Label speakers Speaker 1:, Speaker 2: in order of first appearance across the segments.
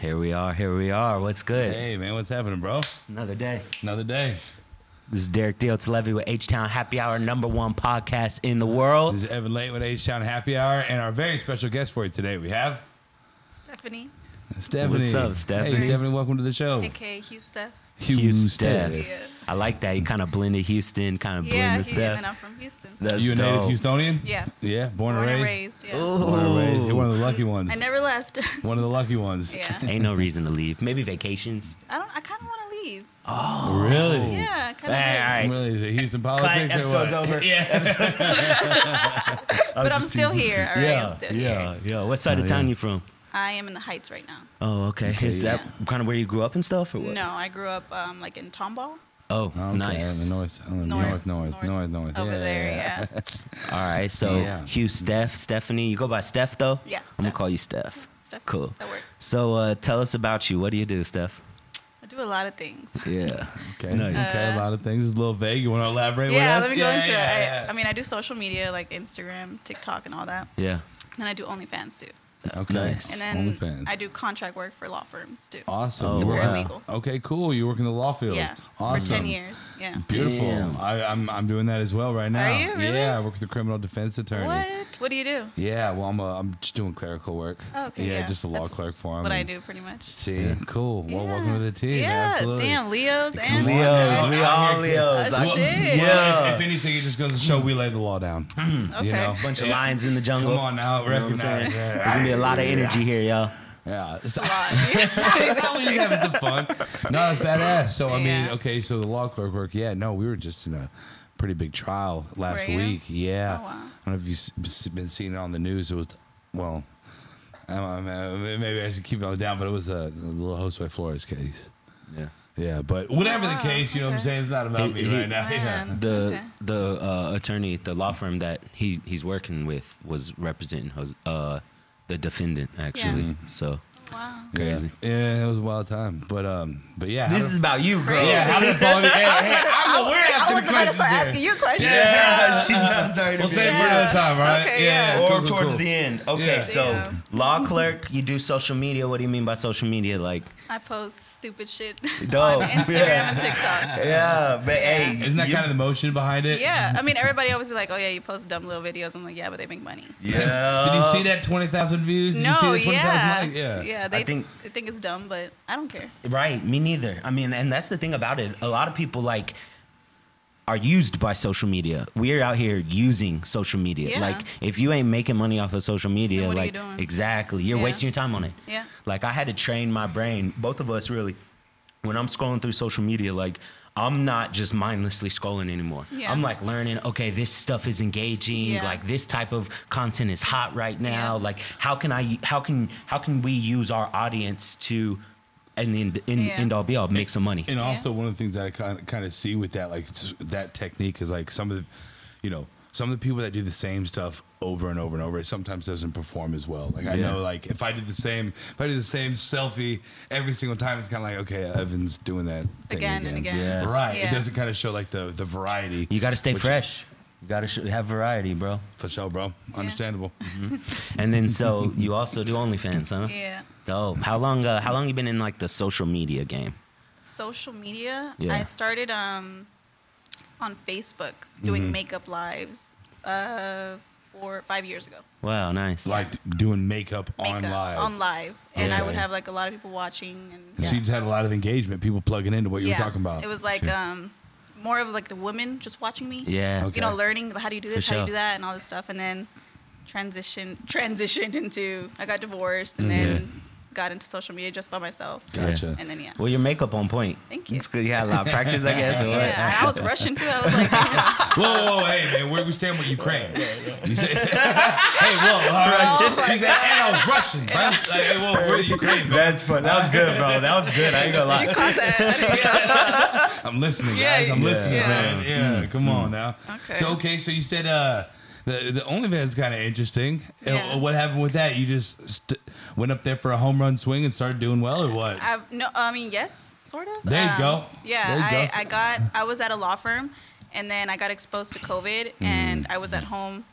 Speaker 1: Here we are. Here we are. What's good?
Speaker 2: Hey man, what's happening, bro?
Speaker 1: Another day.
Speaker 2: Another day.
Speaker 1: This is Derek Dieltz Levy with H Town Happy Hour, number one podcast in the world.
Speaker 2: This is Evan Late with H Town Happy Hour, and our very special guest for you today we have
Speaker 3: Stephanie,
Speaker 2: Stephanie.
Speaker 1: What's up, Stephanie?
Speaker 2: Hey, Stephanie, welcome to the show.
Speaker 3: aka Hugh Steph.
Speaker 1: Hugh
Speaker 2: Steph.
Speaker 1: Steph. I like that. You kind of blended Houston, kind of
Speaker 3: Yeah,
Speaker 1: blended
Speaker 3: Hugh, and then
Speaker 1: Steph.
Speaker 3: I'm from Houston. so-
Speaker 1: That's
Speaker 2: You a native
Speaker 1: dope.
Speaker 2: Houstonian?
Speaker 3: Yeah.
Speaker 2: Yeah, born,
Speaker 3: Born
Speaker 2: and
Speaker 3: and
Speaker 2: raised.
Speaker 3: raised. Yeah.
Speaker 2: Born and raised. You're one of the lucky ones.
Speaker 3: I never left.
Speaker 2: One of the lucky ones.
Speaker 3: yeah.
Speaker 1: Ain't no reason to leave. Maybe vacations.
Speaker 3: I don't. I kind of want to leave.
Speaker 1: Oh.
Speaker 2: Really?
Speaker 3: Yeah.
Speaker 1: All
Speaker 3: Kind of.
Speaker 1: right.
Speaker 2: Oh. Really? Is it Houston politics or what?
Speaker 1: episode's over.
Speaker 2: Yeah.
Speaker 3: But I'm still here. All right.
Speaker 1: yeah,
Speaker 3: I'm still here.
Speaker 1: yeah, yeah. What side of town
Speaker 2: yeah.
Speaker 1: you from?
Speaker 3: I am in the Heights right now.
Speaker 1: Oh, okay. Is that kind of where you grew up and stuff, or what?
Speaker 3: No, I grew up um, like in Tomball.
Speaker 1: Oh,
Speaker 2: Okay,
Speaker 1: nice.
Speaker 2: The
Speaker 1: All
Speaker 2: north, north, north, north, north,
Speaker 3: Over
Speaker 2: yeah.
Speaker 3: there. Yeah.
Speaker 1: right. So,
Speaker 2: Yeah.
Speaker 1: Hugh, Steph, Stephanie. You go by Steph though.
Speaker 3: Yeah,
Speaker 1: I'm gonna
Speaker 3: Steph.
Speaker 1: call you Steph.
Speaker 3: Steph.
Speaker 1: Cool.
Speaker 3: That works.
Speaker 1: So uh, tell us about you. What do you do, Steph?
Speaker 3: I do a lot of things.
Speaker 1: Yeah.
Speaker 2: Okay.
Speaker 1: Nice.
Speaker 2: okay. A lot of things. It's a little vague. You want to elaborate? what
Speaker 3: Yeah.
Speaker 2: else?
Speaker 3: Let me go into
Speaker 2: yeah,
Speaker 3: it.
Speaker 2: yeah.
Speaker 3: I, I mean, I do social media like Instagram, TikTok, and all that.
Speaker 1: Yeah.
Speaker 3: And then I do OnlyFans too. So.
Speaker 2: Okay.
Speaker 1: Nice.
Speaker 3: And then
Speaker 2: OnlyFans.
Speaker 3: I do contract work for law firms too.
Speaker 2: Awesome.
Speaker 1: Oh,
Speaker 2: You work-
Speaker 1: wow.
Speaker 3: Paralegal.
Speaker 2: Okay, cool. You work in the law field.
Speaker 3: Yeah.
Speaker 2: Awesome.
Speaker 3: For 10 years. Yeah.
Speaker 2: Beautiful.
Speaker 1: Damn.
Speaker 2: I, I'm, I'm doing that as well right now.
Speaker 3: you? Really?
Speaker 2: Yeah, I work with a criminal defense attorney.
Speaker 3: What? What do you do?
Speaker 2: Yeah, well, I'm, a, I'm just doing clerical work.
Speaker 3: Oh, okay,
Speaker 2: Yeah,
Speaker 3: yeah.
Speaker 2: just a law
Speaker 3: That's
Speaker 2: clerk for him.
Speaker 3: What I
Speaker 2: and-
Speaker 3: do pretty much.
Speaker 2: See, cool. Well, welcome to the team.
Speaker 3: Yeah,
Speaker 2: Absolutely.
Speaker 3: damn, Leos and
Speaker 2: on,
Speaker 1: Leos,
Speaker 2: man.
Speaker 1: we all
Speaker 2: Out here, kid.
Speaker 1: Leos.
Speaker 3: Uh,
Speaker 1: I-
Speaker 2: Well,
Speaker 3: shit.
Speaker 1: Yeah.
Speaker 2: if, if anything, it just goes to show we lay the law down.
Speaker 3: Okay.
Speaker 2: You know,
Speaker 1: Bunch of
Speaker 2: Yeah.
Speaker 1: lions in the jungle.
Speaker 2: Come on now,
Speaker 1: You know what I'm
Speaker 2: recognize.
Speaker 1: saying? There's gonna be a lot of energy here, y'all.
Speaker 2: Yeah. So-
Speaker 3: Lot.
Speaker 2: we just having some fun. No, it's badass. So I mean,
Speaker 3: Yeah.
Speaker 2: okay, so the law clerk work. Yeah, no, we were just in a pretty big trial last
Speaker 3: Were you?
Speaker 2: week. Yeah,
Speaker 3: Oh, wow.
Speaker 2: I don't know if you've s- been seeing it on the news. It was well, um, uh, maybe I should keep it on the down, but it was the, the little Josue Flores case.
Speaker 1: Yeah.
Speaker 2: Yeah, but whatever
Speaker 3: wow,
Speaker 2: the case, you know what I'm
Speaker 3: Oh, okay.
Speaker 2: saying. It's not about
Speaker 1: He-
Speaker 2: me
Speaker 1: he-
Speaker 2: right now. Yeah.
Speaker 3: Man.
Speaker 1: The
Speaker 3: Okay.
Speaker 1: the uh, attorney, the law firm that he he's working with was representing Jos- uh, the defendant actually. So
Speaker 3: wow.
Speaker 1: Crazy.
Speaker 2: Yeah. yeah, it was a wild time, but um, but yeah, how
Speaker 1: this
Speaker 2: do-
Speaker 1: is about you, bro.
Speaker 3: Crazy.
Speaker 2: yeah. How did it fall? Yeah, hey, I'm aware.
Speaker 3: I
Speaker 2: asking
Speaker 3: was about to
Speaker 2: questions
Speaker 3: start
Speaker 2: here.
Speaker 3: asking you questions.
Speaker 2: Yeah, she's
Speaker 1: about starting.
Speaker 2: We'll save it for another time, all right?
Speaker 3: Okay, yeah.
Speaker 1: or towards the end. Okay,
Speaker 2: Yeah.
Speaker 1: so
Speaker 3: Yeah.
Speaker 1: law clerk, you do social media. What do you mean by social media? Like,
Speaker 3: I post stupid shit
Speaker 1: Dope.
Speaker 3: on Instagram and TikTok.
Speaker 1: yeah, but
Speaker 3: hey,
Speaker 2: Isn't that kind of the motion behind it?
Speaker 3: Yeah, I mean, everybody always be like, "Oh yeah, you post dumb little videos." I'm like, "Yeah, but they make money."
Speaker 1: yeah.
Speaker 2: Did you see that 20,000 views? Did
Speaker 3: no,
Speaker 2: you see that 20,000
Speaker 3: yeah,
Speaker 2: likes? Yeah.
Speaker 3: They
Speaker 1: I think-
Speaker 3: they think it's dumb, but I don't care.
Speaker 1: Right, me neither. I mean, and that's the thing about it. A lot of people like are used by social media. We're out here using social media.
Speaker 3: Yeah.
Speaker 1: Like if you ain't making money off of social media,
Speaker 3: what are you
Speaker 1: like
Speaker 3: doing?
Speaker 1: exactly, you're
Speaker 3: Yeah.
Speaker 1: wasting your time on it.
Speaker 3: Yeah.
Speaker 1: Like I had to train my brain, both of us really. When I'm scrolling through social media, like I'm not just mindlessly scrolling anymore.
Speaker 3: Yeah.
Speaker 1: I'm like learning, okay, this stuff is engaging,
Speaker 3: Yeah.
Speaker 1: like this type of content is hot right now.
Speaker 3: Yeah.
Speaker 1: Like how can I how can how can we use our audience to and then in,
Speaker 3: Yeah.
Speaker 1: end all be all make some money.
Speaker 2: And also, one of the things that I kind of, kind of see with that, like s- that technique, is like some of the, you know, some of the people that do the same stuff over and over and over, it sometimes doesn't perform as well. Like I
Speaker 1: Yeah.
Speaker 2: know, like if I did the same, if I did the same selfie every single time, it's kind of like, okay, Evan's doing that thing
Speaker 3: Again and again. Yeah.
Speaker 2: Right. It
Speaker 3: Yeah.
Speaker 2: doesn't kind of show like the the variety.
Speaker 1: You got to stay
Speaker 2: which-
Speaker 1: fresh. You got to sh- have variety, bro.
Speaker 2: For sure, bro. Understandable.
Speaker 1: And then so you also do OnlyFans, huh?
Speaker 3: Yeah.
Speaker 1: Dope. How long? Uh, how long you been in like the social media game?
Speaker 3: social media.
Speaker 1: Yeah.
Speaker 3: I started um, on Facebook doing
Speaker 2: Mm-hmm.
Speaker 3: makeup lives uh, four five years ago.
Speaker 1: Wow, nice.
Speaker 2: Like doing makeup, on
Speaker 3: Makeup,
Speaker 2: live.
Speaker 3: On live, and I would
Speaker 2: Okay.
Speaker 3: have like a lot of people watching and.
Speaker 2: And so you just had a lot of engagement, people plugging into what you were talking about.
Speaker 3: It was like um, more of like the women just watching me.
Speaker 1: yeah.
Speaker 2: Okay.
Speaker 3: You know, learning how do you do this,
Speaker 1: For
Speaker 3: how do you
Speaker 1: sure.
Speaker 3: do that, and all this stuff, and then transition transitioned into I got divorced and
Speaker 2: Mm-hmm.
Speaker 3: then got into social media just by myself.
Speaker 2: Gotcha.
Speaker 3: And then yeah.
Speaker 1: Well, your makeup on point.
Speaker 3: Thank you.
Speaker 1: It's good. You had a lot of practice, I guess. or what?
Speaker 3: yeah, I- I was rushing too. I was like, yeah,
Speaker 2: Whoa, whoa, hey, man, where we stand with Ukraine? You say, hey, whoa, all right.
Speaker 3: Oh
Speaker 2: she
Speaker 3: my
Speaker 2: said, and I was Russian, bro. Like, hey, whoa, where Ukraine, man?
Speaker 1: That's fun. That was good, bro. That was good. I ain't gonna
Speaker 3: you
Speaker 1: lie.
Speaker 3: caught that. I didn't get it.
Speaker 2: I'm listening, guys.
Speaker 3: Yeah,
Speaker 2: I'm
Speaker 3: yeah.
Speaker 2: listening,
Speaker 3: Yeah.
Speaker 2: man. Yeah, come on now.
Speaker 3: Okay.
Speaker 2: So, okay, so you said uh, the, the OnlyFans kind of interesting. Uh,
Speaker 3: Yeah.
Speaker 2: What happened with that? You just st- went up there for a home run swing and started doing well, or what?
Speaker 3: I no, I mean yes, sort of. Um,
Speaker 2: There you go.
Speaker 3: Yeah,
Speaker 2: There you
Speaker 3: I,
Speaker 2: go.
Speaker 3: I got I was at a law firm, and then I got exposed to
Speaker 2: Mm.
Speaker 3: COVID, and I was at home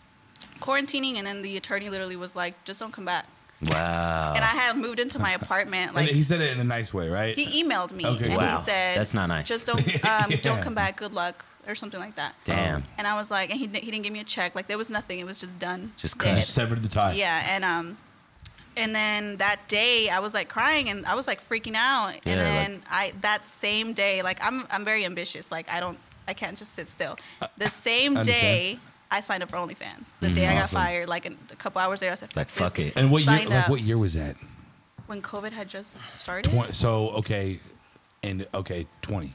Speaker 3: quarantining, and then the attorney literally was like, "Just don't come back."
Speaker 1: Wow.
Speaker 3: And I had moved into my apartment.
Speaker 2: And
Speaker 3: Like
Speaker 2: he said it in a nice way, right?
Speaker 3: he emailed me
Speaker 2: Okay,
Speaker 3: and
Speaker 1: Wow.
Speaker 3: he said,
Speaker 1: That's not nice.
Speaker 3: Just don't um,
Speaker 2: Yeah.
Speaker 3: don't come back. Good luck or something like that."
Speaker 1: Damn.
Speaker 3: And I was like, and he didn't- he didn't give me a check. Like there was nothing. It was just done.
Speaker 1: Just
Speaker 3: Dead.
Speaker 2: You severed the tie.
Speaker 3: Yeah, and um, and then that day I was like crying and I was like freaking out. And
Speaker 1: Yeah, like-
Speaker 3: then I that same day, like I'm I'm very ambitious. Like I don't I can't just sit still. The same
Speaker 2: I Uh, understand. Mm-hmm.
Speaker 3: day I signed up for OnlyFans. The day I got
Speaker 2: Awesome.
Speaker 3: fired, like in a couple hours later, I said,
Speaker 1: Like,
Speaker 3: this."
Speaker 1: fuck it.
Speaker 2: And what year?
Speaker 3: Signed
Speaker 2: Like
Speaker 3: up.
Speaker 2: what year was that?
Speaker 3: When COVID had just started.
Speaker 2: Twen- so okay, and okay, twenty.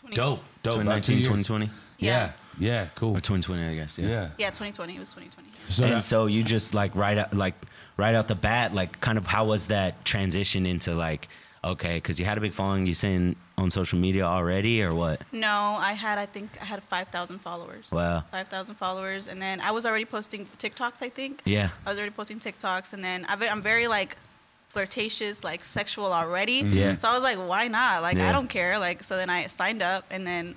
Speaker 3: 20
Speaker 2: Dope, dope. about two
Speaker 1: 2019,
Speaker 2: years.
Speaker 1: 2020?
Speaker 2: Yeah, yeah, cool.
Speaker 1: Or 2020, I guess. Yeah.
Speaker 2: Yeah.
Speaker 3: Yeah, 2020. It was 2020.
Speaker 2: So,
Speaker 1: and
Speaker 2: that-
Speaker 1: so you just like right out, like right out the bat, like kind of how was that transition into like okay, because you had a big following, you saying on social media already or what?
Speaker 3: No, I had I think I had 5,000 followers.
Speaker 1: Wow.
Speaker 3: 5,000 followers, and then I was already posting TikToks. I think.
Speaker 1: Yeah.
Speaker 3: I was already posting TikToks, and then I've, I'm very like flirtatious, like sexual already.
Speaker 1: Mm-hmm. Yeah.
Speaker 3: So I was like, why not? Like
Speaker 1: Yeah.
Speaker 3: I don't care. Like so then I signed up, and then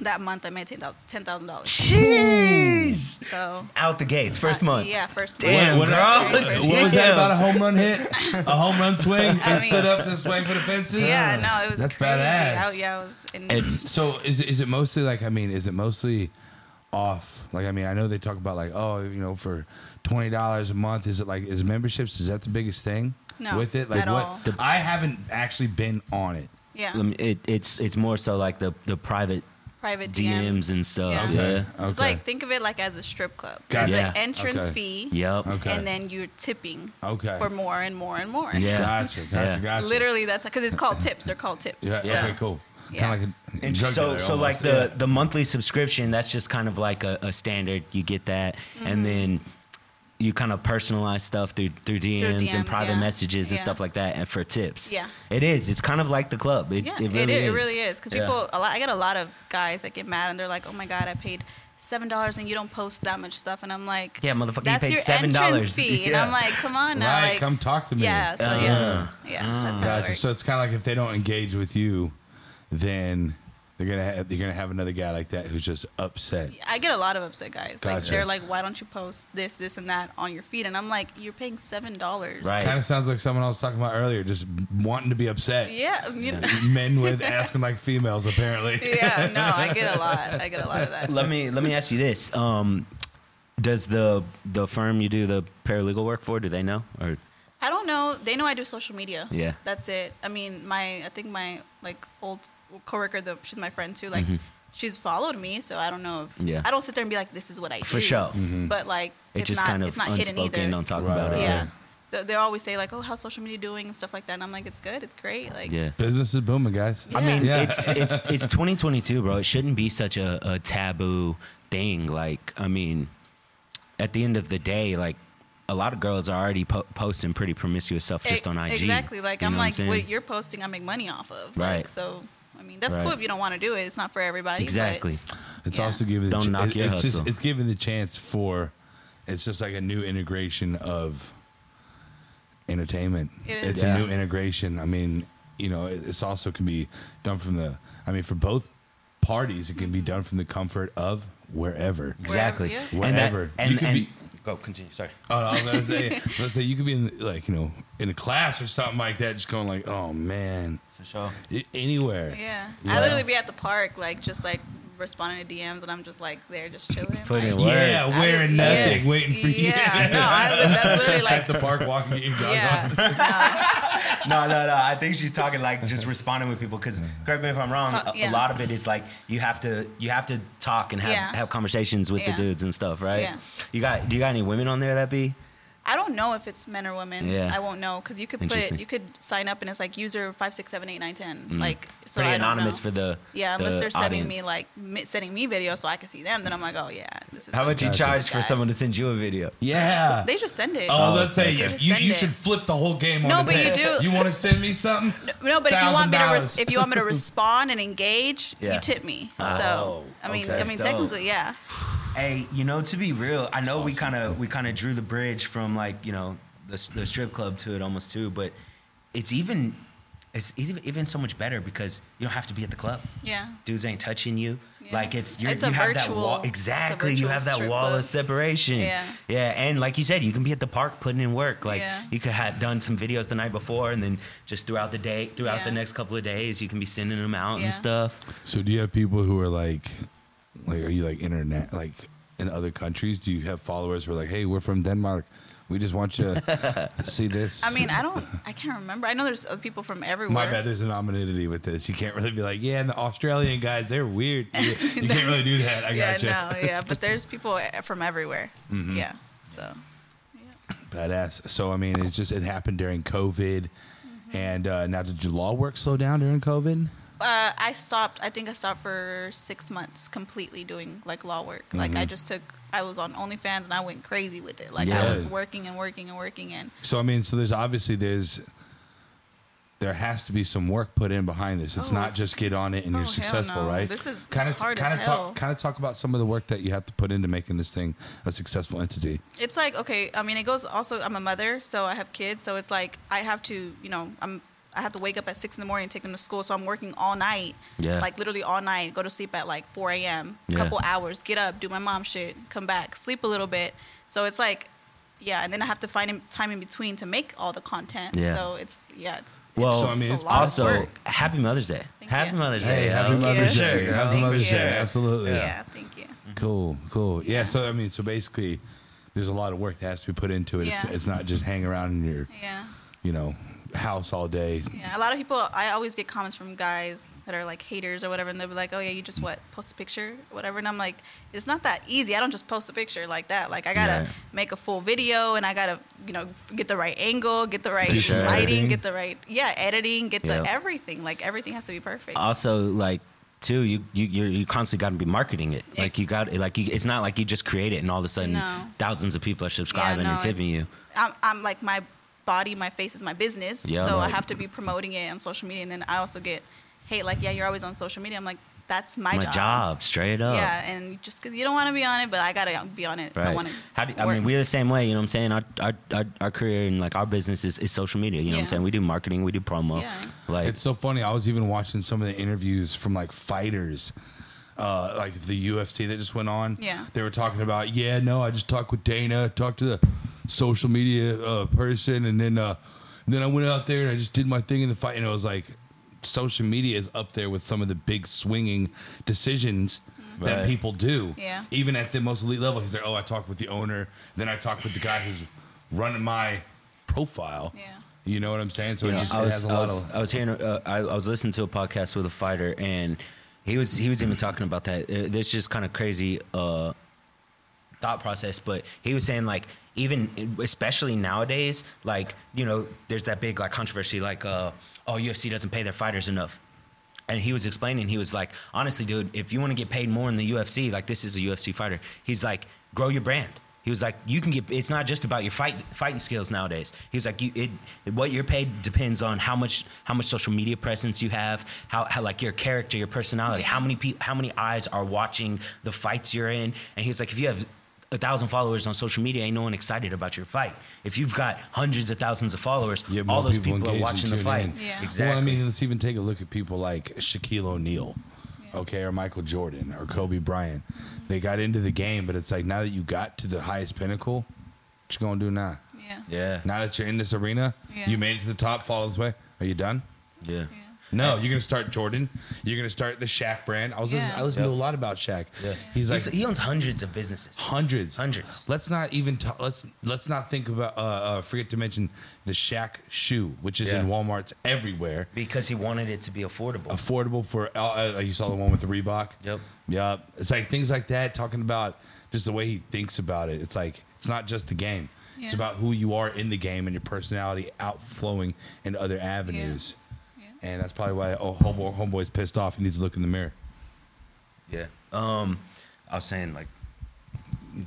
Speaker 3: that month I made ten thousand dollars.
Speaker 1: Jeez!
Speaker 3: So
Speaker 1: Out the gates, first
Speaker 3: uh,
Speaker 1: month.
Speaker 3: Yeah, first
Speaker 1: Damn,
Speaker 3: month.
Speaker 1: girl.
Speaker 3: Very
Speaker 1: What
Speaker 3: first
Speaker 1: was
Speaker 3: month.
Speaker 1: that about
Speaker 4: a home run hit? A home run swing?
Speaker 3: I mean- Stood
Speaker 4: up and swang for the fences?
Speaker 3: Yeah, no, it was
Speaker 4: That's
Speaker 3: crazy.
Speaker 4: badass.
Speaker 3: I, yeah, I was. In,
Speaker 1: It's
Speaker 2: so is it, is it mostly like I mean, is it mostly off? Like I mean, I know they talk about like oh, you know, for twenty dollars a month. Is it like is memberships? Is that the biggest thing
Speaker 3: No,
Speaker 2: with it? Like
Speaker 3: at
Speaker 2: what?
Speaker 3: all.
Speaker 2: I haven't actually been on it.
Speaker 3: yeah,
Speaker 1: um, it, it's it's more so like the the private
Speaker 3: private
Speaker 1: DMs and stuff.
Speaker 3: Yeah.
Speaker 1: Yeah.
Speaker 2: Okay.
Speaker 3: It's like think of it like as a strip club. There's
Speaker 2: Gotcha.
Speaker 3: an
Speaker 1: Yeah.
Speaker 3: entrance
Speaker 2: Okay.
Speaker 3: fee,
Speaker 1: Yep.
Speaker 2: Okay.
Speaker 3: and then you're tipping
Speaker 2: Okay.
Speaker 3: for more and more and more.
Speaker 1: Yeah.
Speaker 2: Gotcha, gotcha,
Speaker 1: Yeah.
Speaker 2: gotcha.
Speaker 3: Literally, that's because it's called tips. They're called tips.
Speaker 2: Yeah.
Speaker 1: Yeah.
Speaker 2: Okay. Cool.
Speaker 3: Yeah.
Speaker 2: Kind of like a
Speaker 1: And
Speaker 2: drug
Speaker 1: so,
Speaker 2: dealer
Speaker 1: so like
Speaker 2: almost.
Speaker 1: the
Speaker 2: Yeah.
Speaker 1: the monthly subscription, that's just kind of like a, a standard. You get that,
Speaker 3: Mm-hmm.
Speaker 1: and then you kind of personalize stuff through through DMs, and
Speaker 3: DMs,
Speaker 1: private
Speaker 3: yeah.
Speaker 1: messages and
Speaker 3: Yeah.
Speaker 1: stuff like that, and for tips.
Speaker 3: Yeah.
Speaker 1: it is. It's kind of like the club. It,
Speaker 3: Yeah,
Speaker 1: it really is.
Speaker 3: it really is because
Speaker 1: Yeah.
Speaker 3: people. A lot, I get a lot of guys that get mad and they're like, "Oh my god, I paid seven dollars and you don't post that much stuff," and I'm like,
Speaker 1: Yeah, motherfucker, you
Speaker 3: that's
Speaker 1: paid
Speaker 3: your
Speaker 1: $7.
Speaker 3: entrance fee," and
Speaker 2: Yeah.
Speaker 3: I'm like, "Come on now,
Speaker 2: Right,
Speaker 3: like,
Speaker 2: come talk to me.
Speaker 3: Yeah,
Speaker 1: Uh-huh.
Speaker 3: so yeah, yeah, that's how it
Speaker 2: Gotcha.
Speaker 3: works.
Speaker 2: So it's kind of like if they don't engage with you, then they're gonna have, they're gonna have another guy like that who's just upset.
Speaker 3: I get a lot of upset guys. Like
Speaker 2: Gotcha.
Speaker 3: they're like, "Why don't you post this, this, and that on your feed?" And I'm like, "You're paying seven dollars."
Speaker 1: Right.
Speaker 2: Kind of sounds like someone I was talking about earlier, just wanting to be upset.
Speaker 3: Yeah. You know,
Speaker 2: Men with asking like females, apparently.
Speaker 3: yeah. No, I get a lot. I get a lot of that.
Speaker 1: let me let me ask you this: um, Does the the firm you do the paralegal work for? Do they know or
Speaker 3: I don't know. They know I do social media.
Speaker 1: Yeah.
Speaker 3: That's it. I mean, my I think my like old coworker, the she's my friend too. Like, she's followed me, so I don't know if
Speaker 1: Mm-hmm. Yeah.
Speaker 3: I don't sit there and be like, this is what I do.
Speaker 1: For sure.
Speaker 3: But like,
Speaker 1: it
Speaker 3: it's
Speaker 1: just
Speaker 3: not
Speaker 1: kind of
Speaker 3: it's not hidden
Speaker 1: unspoken?
Speaker 3: either.
Speaker 1: Don't talk
Speaker 2: Right,
Speaker 1: about
Speaker 2: right,
Speaker 1: it.
Speaker 3: yeah. They, they always say like, oh, how's social media doing and stuff like that, and I'm like, it's good, it's great. Like,
Speaker 1: yeah.
Speaker 2: Business is booming, guys.
Speaker 1: I mean,
Speaker 2: Yeah.
Speaker 1: it's it's it's 2022, bro. It shouldn't be such a, a taboo thing. Like, I mean, at the end of the day, like a lot of girls are already po- posting pretty promiscuous stuff just
Speaker 3: e-
Speaker 1: on IG.
Speaker 3: Exactly. Like,
Speaker 1: You
Speaker 3: I'm
Speaker 1: know what
Speaker 3: like,
Speaker 1: saying?
Speaker 3: what you're posting, I make money off of. Like,
Speaker 1: Right.
Speaker 3: so. I mean, that's
Speaker 1: Right.
Speaker 3: cool if you don't want to do it. It's not for everybody. but-
Speaker 1: exactly.
Speaker 2: It's
Speaker 3: Yeah.
Speaker 2: also given the
Speaker 1: Don't knock your
Speaker 2: it's
Speaker 1: hustle.
Speaker 2: Just, it's given the chance for it's just like a new integration of entertainment.
Speaker 3: It is.
Speaker 2: It's
Speaker 1: Yeah.
Speaker 2: a new integration. I mean, you know, it- it's also can be done from the I mean, for both parties it can be done from the comfort of wherever.
Speaker 1: Exactly.
Speaker 3: yeah.
Speaker 2: Wherever.
Speaker 1: And, that, and,
Speaker 2: You could
Speaker 1: and
Speaker 2: be-
Speaker 1: go continue. Sorry.
Speaker 2: Oh, I was gonna say, let's say you could be in like, you know, in a class or something like that, just going like, Oh man.
Speaker 1: For sure.
Speaker 2: I- Anywhere.
Speaker 3: Yeah.
Speaker 2: Yeah.
Speaker 3: I literally be at the park, like, just like responding to DMs, and I'm just like there, just chilling.
Speaker 1: Put in
Speaker 3: like,
Speaker 1: work.
Speaker 2: Yeah,
Speaker 3: I-
Speaker 2: wearing
Speaker 3: yeah.
Speaker 2: nothing, waiting for you.
Speaker 3: Yeah, no, I, that's literally like,
Speaker 2: At the park walking your dog off.
Speaker 3: yeah.
Speaker 1: No, no, no. I think she's talking like just responding with people. Because correct me if I'm wrong.
Speaker 3: Talk-
Speaker 1: a, a
Speaker 3: yeah.
Speaker 1: lot of it is like you have to you have to talk and have,
Speaker 3: Yeah.
Speaker 1: have conversations with
Speaker 3: Yeah.
Speaker 1: the dudes and stuff, right?
Speaker 3: Yeah.
Speaker 1: You got do you got any women on there that be?
Speaker 3: I don't know if it's men or women.
Speaker 1: Yeah.
Speaker 3: I won't know because you could
Speaker 1: Interesting. Mm.
Speaker 3: put, you could sign up and it's like user five six seven eight nine ten. Like, so
Speaker 1: Pretty
Speaker 3: I don't
Speaker 1: anonymous
Speaker 3: know.
Speaker 1: for the
Speaker 3: yeah, unless
Speaker 1: the
Speaker 3: they're sending me
Speaker 1: audience.
Speaker 3: like mi- sending me videos so I can see them, then I'm like, oh yeah, this is.
Speaker 1: How much you
Speaker 2: Gotcha.
Speaker 1: charge for
Speaker 3: Guy.
Speaker 1: someone to send you a video?
Speaker 2: Yeah.
Speaker 3: They just send it.
Speaker 2: Oh,
Speaker 1: Oh,
Speaker 2: let's say
Speaker 1: okay.
Speaker 2: you,
Speaker 3: Just
Speaker 2: you,
Speaker 3: send
Speaker 2: you
Speaker 3: it.
Speaker 2: should flip the whole game.
Speaker 3: No,
Speaker 2: on the
Speaker 3: but you
Speaker 2: table.
Speaker 3: do-
Speaker 2: You want to send me something?
Speaker 3: No, but if you want me to,
Speaker 2: $1,000.
Speaker 3: res- if you want me to respond and engage,
Speaker 1: Yeah.
Speaker 3: you tip me.
Speaker 2: Oh,
Speaker 3: so I mean,
Speaker 2: okay.
Speaker 3: I mean,
Speaker 1: That's dope.
Speaker 3: technically, yeah.
Speaker 1: Hey, you know, to be real, I know we kind of we kind of drew the bridge from like you know the, the strip club to it almost too, but it's even it's even, even so much better because you don't have to be at the club.
Speaker 3: Yeah.
Speaker 1: Dudes ain't touching you.
Speaker 3: Yeah.
Speaker 1: Like it's you're,
Speaker 3: It's a
Speaker 1: you have that
Speaker 3: virtual-
Speaker 1: wall
Speaker 3: it's a
Speaker 1: exactly. You
Speaker 3: virtual
Speaker 1: have that
Speaker 3: strip
Speaker 1: wall
Speaker 3: club.
Speaker 1: of separation.
Speaker 3: Yeah.
Speaker 1: Yeah, and like you said, you can be at the park putting in work. Like
Speaker 3: Yeah.
Speaker 1: you could have done some videos the night before, and then just throughout the day, throughout the
Speaker 3: Yeah.
Speaker 1: next couple of days, you can be sending them out
Speaker 3: Yeah.
Speaker 1: and stuff.
Speaker 2: So do you have people who are like, like, are you like internet, like in other countries? Do you have followers who are like, hey, we're from Denmark. We just want you to see this.
Speaker 3: I mean, I don't, I can't remember. I know there's other people from everywhere.
Speaker 2: My bad. There's an anonymity with this. You can't really be like, yeah, and the Australian guys, they're weird. You, you can't really do that. I
Speaker 3: Yeah,
Speaker 2: gotcha. Mm-hmm.
Speaker 3: no, yeah, but there's people e, from everywhere. Yeah, so
Speaker 2: Badass. So I mean, it's just it happened during COVID,
Speaker 3: Mm-hmm.
Speaker 2: and uh, now did your law work slow down during COVID?
Speaker 3: uh, I stopped. I think I stopped for six months completely doing like law work. Like
Speaker 2: Mm-hmm.
Speaker 3: I just took. I was on OnlyFans and I went crazy with it. Like I
Speaker 2: Yeah.
Speaker 3: was working and working and working and
Speaker 2: So I mean, so there's obviously there's there has to be some work put in behind this. It's
Speaker 3: Oh,
Speaker 2: not
Speaker 3: it's-
Speaker 2: just get on it and
Speaker 3: oh,
Speaker 2: you're
Speaker 3: hell
Speaker 2: successful,
Speaker 3: no.
Speaker 2: right?
Speaker 3: This is-
Speaker 2: kind of
Speaker 3: it's hard as
Speaker 2: kind of
Speaker 3: hell.
Speaker 2: talk kind of talk about some of the work that you have to put into making this thing a successful entity.
Speaker 3: it's like okay i mean it goes also i'm a mother so i have kids so it's like i have to you know i'm i have to wake up at six in the morning and take them to school so i'm working all night
Speaker 1: Yeah.
Speaker 3: like literally all night go to sleep at like 4 a.m
Speaker 1: Yeah.
Speaker 3: couple hours get up do my mom shit come back sleep a little bit so it's like yeah and then i have to find in- time in between to make all the content
Speaker 1: Yeah.
Speaker 3: so it's yeah it's
Speaker 1: Well,
Speaker 3: it's,
Speaker 2: So, I mean,
Speaker 3: a
Speaker 2: it's
Speaker 3: lot
Speaker 1: also,
Speaker 3: of work
Speaker 1: happy Mother's Day.
Speaker 3: Thank
Speaker 1: happy
Speaker 3: you.
Speaker 1: Mother's Day.
Speaker 2: Hey,
Speaker 1: yo.
Speaker 2: happy Mother's
Speaker 3: Yeah.
Speaker 2: Day.
Speaker 1: Sure,
Speaker 2: Happy
Speaker 1: yo.
Speaker 2: Mother's
Speaker 3: Yeah.
Speaker 2: Day. Absolutely.
Speaker 3: yeah. thank you
Speaker 1: Mm.
Speaker 2: Cool, cool. Yeah, so I mean, so basically, there's a lot of work that has to be put into it. It's,
Speaker 3: Yeah.
Speaker 2: it's not just hang around in your,
Speaker 3: yeah
Speaker 2: you know, house all day.
Speaker 3: Yeah, a lot of people. I always get comments from guys that are like haters or whatever, and they'll be like, "Oh yeah, you just what post a picture, whatever." And I'm like, "It's not that easy. I don't just post a picture like that. Like I gotta
Speaker 1: Right.
Speaker 3: make a full video, and I gotta you know get the right angle, get the right
Speaker 2: Do some
Speaker 3: lighting,
Speaker 2: editing.
Speaker 3: get the right yeah editing, get
Speaker 1: Yeah.
Speaker 3: the everything. Like everything has to be perfect.
Speaker 1: also like too you you you're, you constantly got to be marketing it like you got like you, it's not like you just create it and all of a sudden
Speaker 3: No.
Speaker 1: thousands of people are subscribing and
Speaker 3: no, it's-
Speaker 1: tipping you
Speaker 3: I'm, I'm like my body, my face is my business,
Speaker 1: Yeah.
Speaker 3: so I
Speaker 1: Right.
Speaker 3: have to be promoting it on social media, and then I also get hate like, "Yeah, you're always on social media." I'm like, "That's my,
Speaker 1: my job. straight up
Speaker 3: Yeah, and just because you don't want to be on it, but I gotta be on it. if I
Speaker 1: Right.
Speaker 3: want to.
Speaker 1: How do, I mean, we're the same way. You know what I'm saying? Our our, our, our career and like our business is, is social media. You know what
Speaker 3: Yeah.
Speaker 1: I'm saying? We do marketing, we do promo.
Speaker 3: Yeah.
Speaker 1: Like
Speaker 2: It's so funny. I was even watching some of the interviews from like fighters, uh, like the UFC that just went on.
Speaker 3: Yeah.
Speaker 2: They were talking about, yeah, no, I just talked with Dana, talked to the social media uh, person, and then uh, then I went out there and I just did my thing in the fight. And it was like, social media is up there with some of the big swinging decisions. That
Speaker 1: Right.
Speaker 2: people do,
Speaker 3: Yeah.
Speaker 2: Even at the most elite level, he's like, "Oh, I talked with the owner, then I talked with the guy who's running my profile."
Speaker 3: Yeah.
Speaker 2: You know what I'm saying? So it
Speaker 1: Yeah,
Speaker 2: just
Speaker 1: I
Speaker 2: it
Speaker 1: was,
Speaker 2: has a
Speaker 1: I
Speaker 2: lot
Speaker 1: was,
Speaker 2: of
Speaker 1: I was hearing, uh, I, I was listening to a podcast with a fighter, and he was he was even talking about that. Uh, This just kind of crazy uh, thought process, but he was saying like even especially nowadays, like you know, there's that big like controversy, like uh, oh UFC doesn't pay their fighters enough. And he was explaining, he was like, honestly, dude, if you want to get paid more in the UFC, like this is a UFC fighter, he's like, grow your brand. He was like, you can get. It's not just about your fight fighting skills nowadays. He's like, you, it, what you're paid depends on how much how much social media presence you have, how, how like your character, your personality, how many pe- how many eyes are watching the fights you're in. And he's like, if you have a thousand followers on social media, ain't no one excited about your fight. If you've got hundreds of thousands of followers,
Speaker 2: You have
Speaker 1: all
Speaker 2: more
Speaker 1: those
Speaker 2: people
Speaker 1: people, are
Speaker 2: engaged
Speaker 1: watching
Speaker 2: and
Speaker 1: the fight.
Speaker 2: tuning in.
Speaker 3: Yeah.
Speaker 1: Exactly.
Speaker 2: Well, I mean, let's even take a look at people like Shaquille O'Neal,
Speaker 3: Yeah.
Speaker 2: okay, or Michael Jordan or Kobe Bryant. They got into the game, but it's like now that you got to the highest pinnacle, what you gonna do now?
Speaker 3: Yeah.
Speaker 1: yeah.
Speaker 2: Now that you're in this arena,
Speaker 3: Yeah.
Speaker 2: you made it to the top, follow this way. Are you done?
Speaker 1: yeah.
Speaker 3: Yeah.
Speaker 2: No, you're gonna start Jordan. You're gonna start the Shaq brand. I was listening,
Speaker 3: Yeah.
Speaker 2: I listened to
Speaker 1: Yep.
Speaker 2: a lot about Shaq.
Speaker 1: Yeah.
Speaker 2: He's like
Speaker 1: He's- he owns hundreds of businesses.
Speaker 2: hundreds,
Speaker 1: Hundreds.
Speaker 2: Let's not even t- let's let's not think about uh, uh forget to mention the Shaq shoe, which is
Speaker 1: Yeah.
Speaker 2: in Walmart's everywhere.
Speaker 1: Because he wanted it to be affordable.
Speaker 2: affordable for uh, uh, you saw the one with the Reebok.
Speaker 1: Yep.
Speaker 2: Yep. It's like things like that. Talking about just the way he thinks about it. It's like it's not just the game. It's
Speaker 3: Yeah.
Speaker 2: about who you are in the game and your personality outflowing into other avenues.
Speaker 3: Yeah.
Speaker 2: And that's probably why oh homeboy, homeboy's pissed off. He needs to look in the mirror.
Speaker 1: yeah. Um, I was saying like.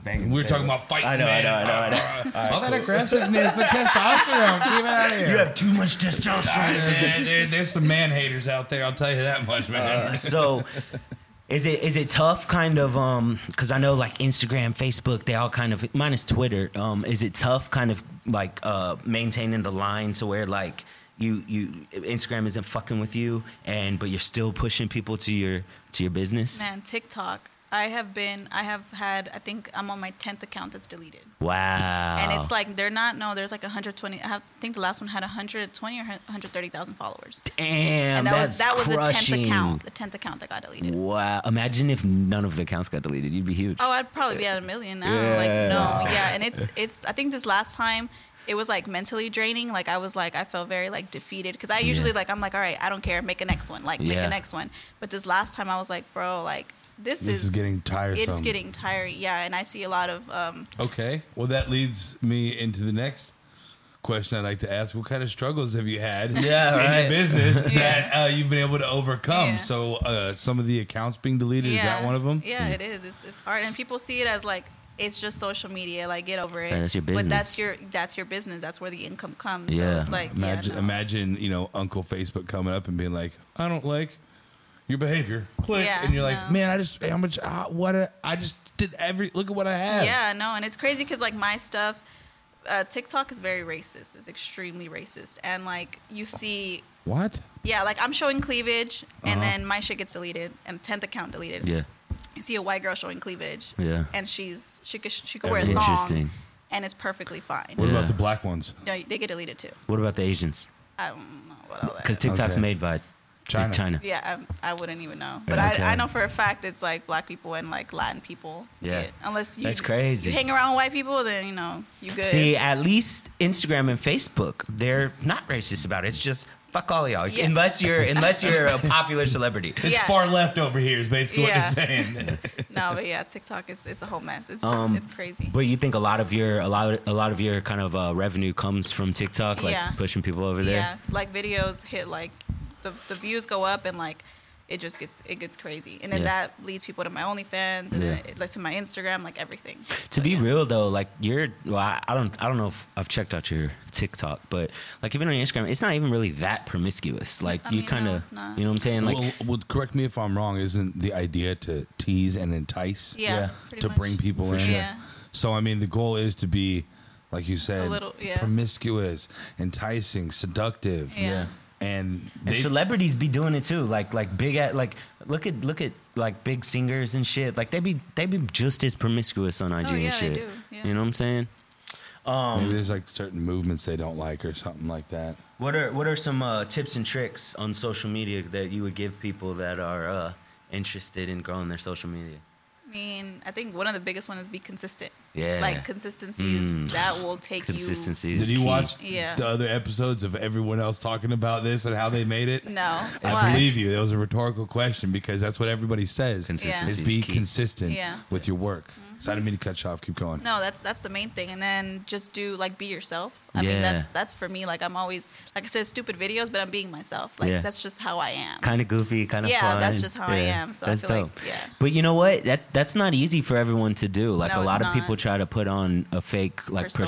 Speaker 2: We were talking about fighting.
Speaker 1: I know, I
Speaker 2: man.
Speaker 1: know, I know, I know.
Speaker 4: All that aggressiveness, the testosterone, keep it out of here.
Speaker 1: You have too much testosterone.
Speaker 2: There- there- there's some man haters out there. I'll tell you that much, man.
Speaker 1: Uh,
Speaker 3: Uh,
Speaker 1: so is it is it tough kind of um because i know like instagram facebook they all kind of minus twitter um is it tough kind of like uh maintaining the line to where like you you Instagram isn't fucking with you, and but you're still pushing people to your to your business.
Speaker 3: Man, TikTok. I have been, I have had, I think I'm on my 10th account that's deleted.
Speaker 1: Wow.
Speaker 3: And it's like, they're not, no, there's like 120, I, have, I think the last one had 120 or 130,000 followers.
Speaker 1: damn,
Speaker 3: and that was that was
Speaker 1: crushing.
Speaker 3: the 10th account, the 10th account that got deleted.
Speaker 1: Wow. Imagine if none of the accounts got deleted. You'd be huge.
Speaker 3: Oh, I'd probably be at a million now. Like no, yeah, and it's it's. I think this last time it was like mentally draining. Like I was like I felt very like defeated because I usually
Speaker 1: Yeah.
Speaker 3: like I'm like all right, I don't care, make a next one, like make
Speaker 1: Yeah.
Speaker 3: a next one. But this last time I was like, bro, like this,
Speaker 2: This is getting tiresome.
Speaker 3: It's getting tiring, yeah. And I see a lot of um,
Speaker 2: Okay. Well, that leads me into the next question I'd like to ask. What kind of struggles have you had
Speaker 1: Yeah,
Speaker 2: in
Speaker 1: right.
Speaker 2: your business
Speaker 3: Yeah.
Speaker 2: that uh, you've been able to overcome?
Speaker 3: Yeah.
Speaker 2: So, uh, some of the accounts being deleted,
Speaker 3: yeah,
Speaker 2: is that one of Hmm. them?
Speaker 3: Yeah, it is. It's it's hard, and people see it as like. It's just social media. Like, get over it.
Speaker 1: Yeah, that's your
Speaker 3: But
Speaker 1: business.
Speaker 3: that's your that's your business. That's where the income comes.
Speaker 1: Yeah.
Speaker 3: So it's like,
Speaker 2: Imagine,
Speaker 3: yeah, no.
Speaker 2: imagine, you know, Uncle Facebook coming up and being like, "I don't like your behavior," click,
Speaker 3: Yeah,
Speaker 2: and you're like,
Speaker 3: no.
Speaker 2: "Man, I just how much? Uh, what? A, I just did every look at what I
Speaker 1: Oh.
Speaker 2: have."
Speaker 3: Yeah, no, and it's crazy because like my stuff, uh, TikTok is very racist. It's extremely racist, and like you see,
Speaker 4: What?
Speaker 3: yeah, like I'm showing cleavage, and then my shit gets deleted, and tenth account deleted.
Speaker 1: Uh-huh. yeah.
Speaker 3: You see a white girl showing cleavage.
Speaker 1: Yeah.
Speaker 3: And she's she could she could wear a
Speaker 1: Interesting.
Speaker 3: thong, and it's perfectly fine.
Speaker 2: What
Speaker 1: Yeah.
Speaker 2: about the black ones?
Speaker 3: No, they get deleted too.
Speaker 1: What about the Asians?
Speaker 3: I don't know what all that.
Speaker 1: Because TikTok's
Speaker 2: Okay.
Speaker 1: made by
Speaker 2: China.
Speaker 1: China.
Speaker 3: yeah, um, I, I wouldn't even know,
Speaker 1: Yeah,
Speaker 3: but
Speaker 1: okay.
Speaker 3: I, I know for a fact it's like black people and like Latin people.
Speaker 1: Yeah.
Speaker 3: get- unless you
Speaker 1: That's crazy.
Speaker 3: You hang around with white people, then you know you good.
Speaker 1: See, at least Instagram and Facebook, they're not racist about it. It's just fuck all y'all,
Speaker 3: Yeah.
Speaker 1: unless you're unless you're a popular celebrity.
Speaker 2: It's
Speaker 3: Yeah.
Speaker 2: far left over here, is basically
Speaker 3: Yeah.
Speaker 2: what they're saying.
Speaker 3: No, but yeah, TikTok is it's a whole mess. It's
Speaker 1: Um,
Speaker 3: it's crazy.
Speaker 1: But you think a lot of your a lot of, a lot of your kind of uh, revenue comes from TikTok, like
Speaker 3: Yeah.
Speaker 1: pushing people over there.
Speaker 3: Yeah, like videos hit like the the views go up and like it just gets it gets crazy, and then
Speaker 1: Yeah.
Speaker 3: that leads people to my OnlyFans and
Speaker 1: Yeah.
Speaker 3: then it, like to my Instagram, like everything.
Speaker 1: To be real though, like you're, well, I, I don't, I don't know if I've checked out your TikTok, but like even on Instagram, it's not even really that promiscuous. Like
Speaker 3: I
Speaker 1: you
Speaker 3: mean, no,
Speaker 1: kind of,
Speaker 3: it's not.
Speaker 1: you know what I'm saying? Like
Speaker 2: well, well, correct me if I'm wrong. Isn't the idea to tease and entice?
Speaker 3: Yeah,
Speaker 1: Yeah.
Speaker 3: pretty
Speaker 2: to
Speaker 3: much.
Speaker 2: bring people in.
Speaker 3: sure. Yeah.
Speaker 2: So I mean, the goal is to be, like you said,
Speaker 3: little- yeah.
Speaker 2: promiscuous, enticing, seductive,
Speaker 3: Yeah. Yeah.
Speaker 2: and they,
Speaker 1: and celebrities be doing it too. Like like big at like look at look at like big singers and shit. Like they be they be just as promiscuous on IG
Speaker 3: Oh, yeah,
Speaker 1: and
Speaker 3: they
Speaker 1: shit.
Speaker 3: do, yeah.
Speaker 1: You know what I'm saying?
Speaker 2: maybe there's like certain movements they don't like or something like that.
Speaker 1: What are what are some uh, tips and tricks on social media that you would give people that are uh, interested in growing their social media?
Speaker 3: I mean, I think one of the biggest ones is be consistent.
Speaker 1: Yeah.
Speaker 3: like consistency is
Speaker 1: Mm.
Speaker 3: that will take
Speaker 1: Consistency.
Speaker 2: Did
Speaker 1: is
Speaker 2: you
Speaker 1: key.
Speaker 2: watch
Speaker 3: Yeah.
Speaker 2: the other episodes of everyone else talking about this and how they made it?
Speaker 3: you. No,
Speaker 2: I
Speaker 3: why?
Speaker 2: believe you. That was a rhetorical question because that's what everybody says.
Speaker 1: Consistency
Speaker 2: Is
Speaker 1: is
Speaker 2: be
Speaker 1: key.
Speaker 2: consistent
Speaker 3: Yeah.
Speaker 2: with your work. So I didn't mean to cut you off. Keep going.
Speaker 3: No, that's that's the main thing, and then just do like be yourself. I
Speaker 1: Yeah.
Speaker 3: mean, that's that's for me. Like I'm always like I said, stupid videos, but I'm being myself. Like
Speaker 1: Yeah.
Speaker 3: that's just how I am.
Speaker 1: kind of goofy, kind of
Speaker 3: Yeah,
Speaker 1: fun.
Speaker 3: that's just how I am, so I
Speaker 1: that's
Speaker 3: feel like-
Speaker 1: dope.
Speaker 3: yeah.
Speaker 1: But you know what? That that's not easy for everyone to do. Like
Speaker 3: No,
Speaker 1: a
Speaker 3: it's
Speaker 1: lot of people
Speaker 3: not.
Speaker 1: try to put on a fake like persona.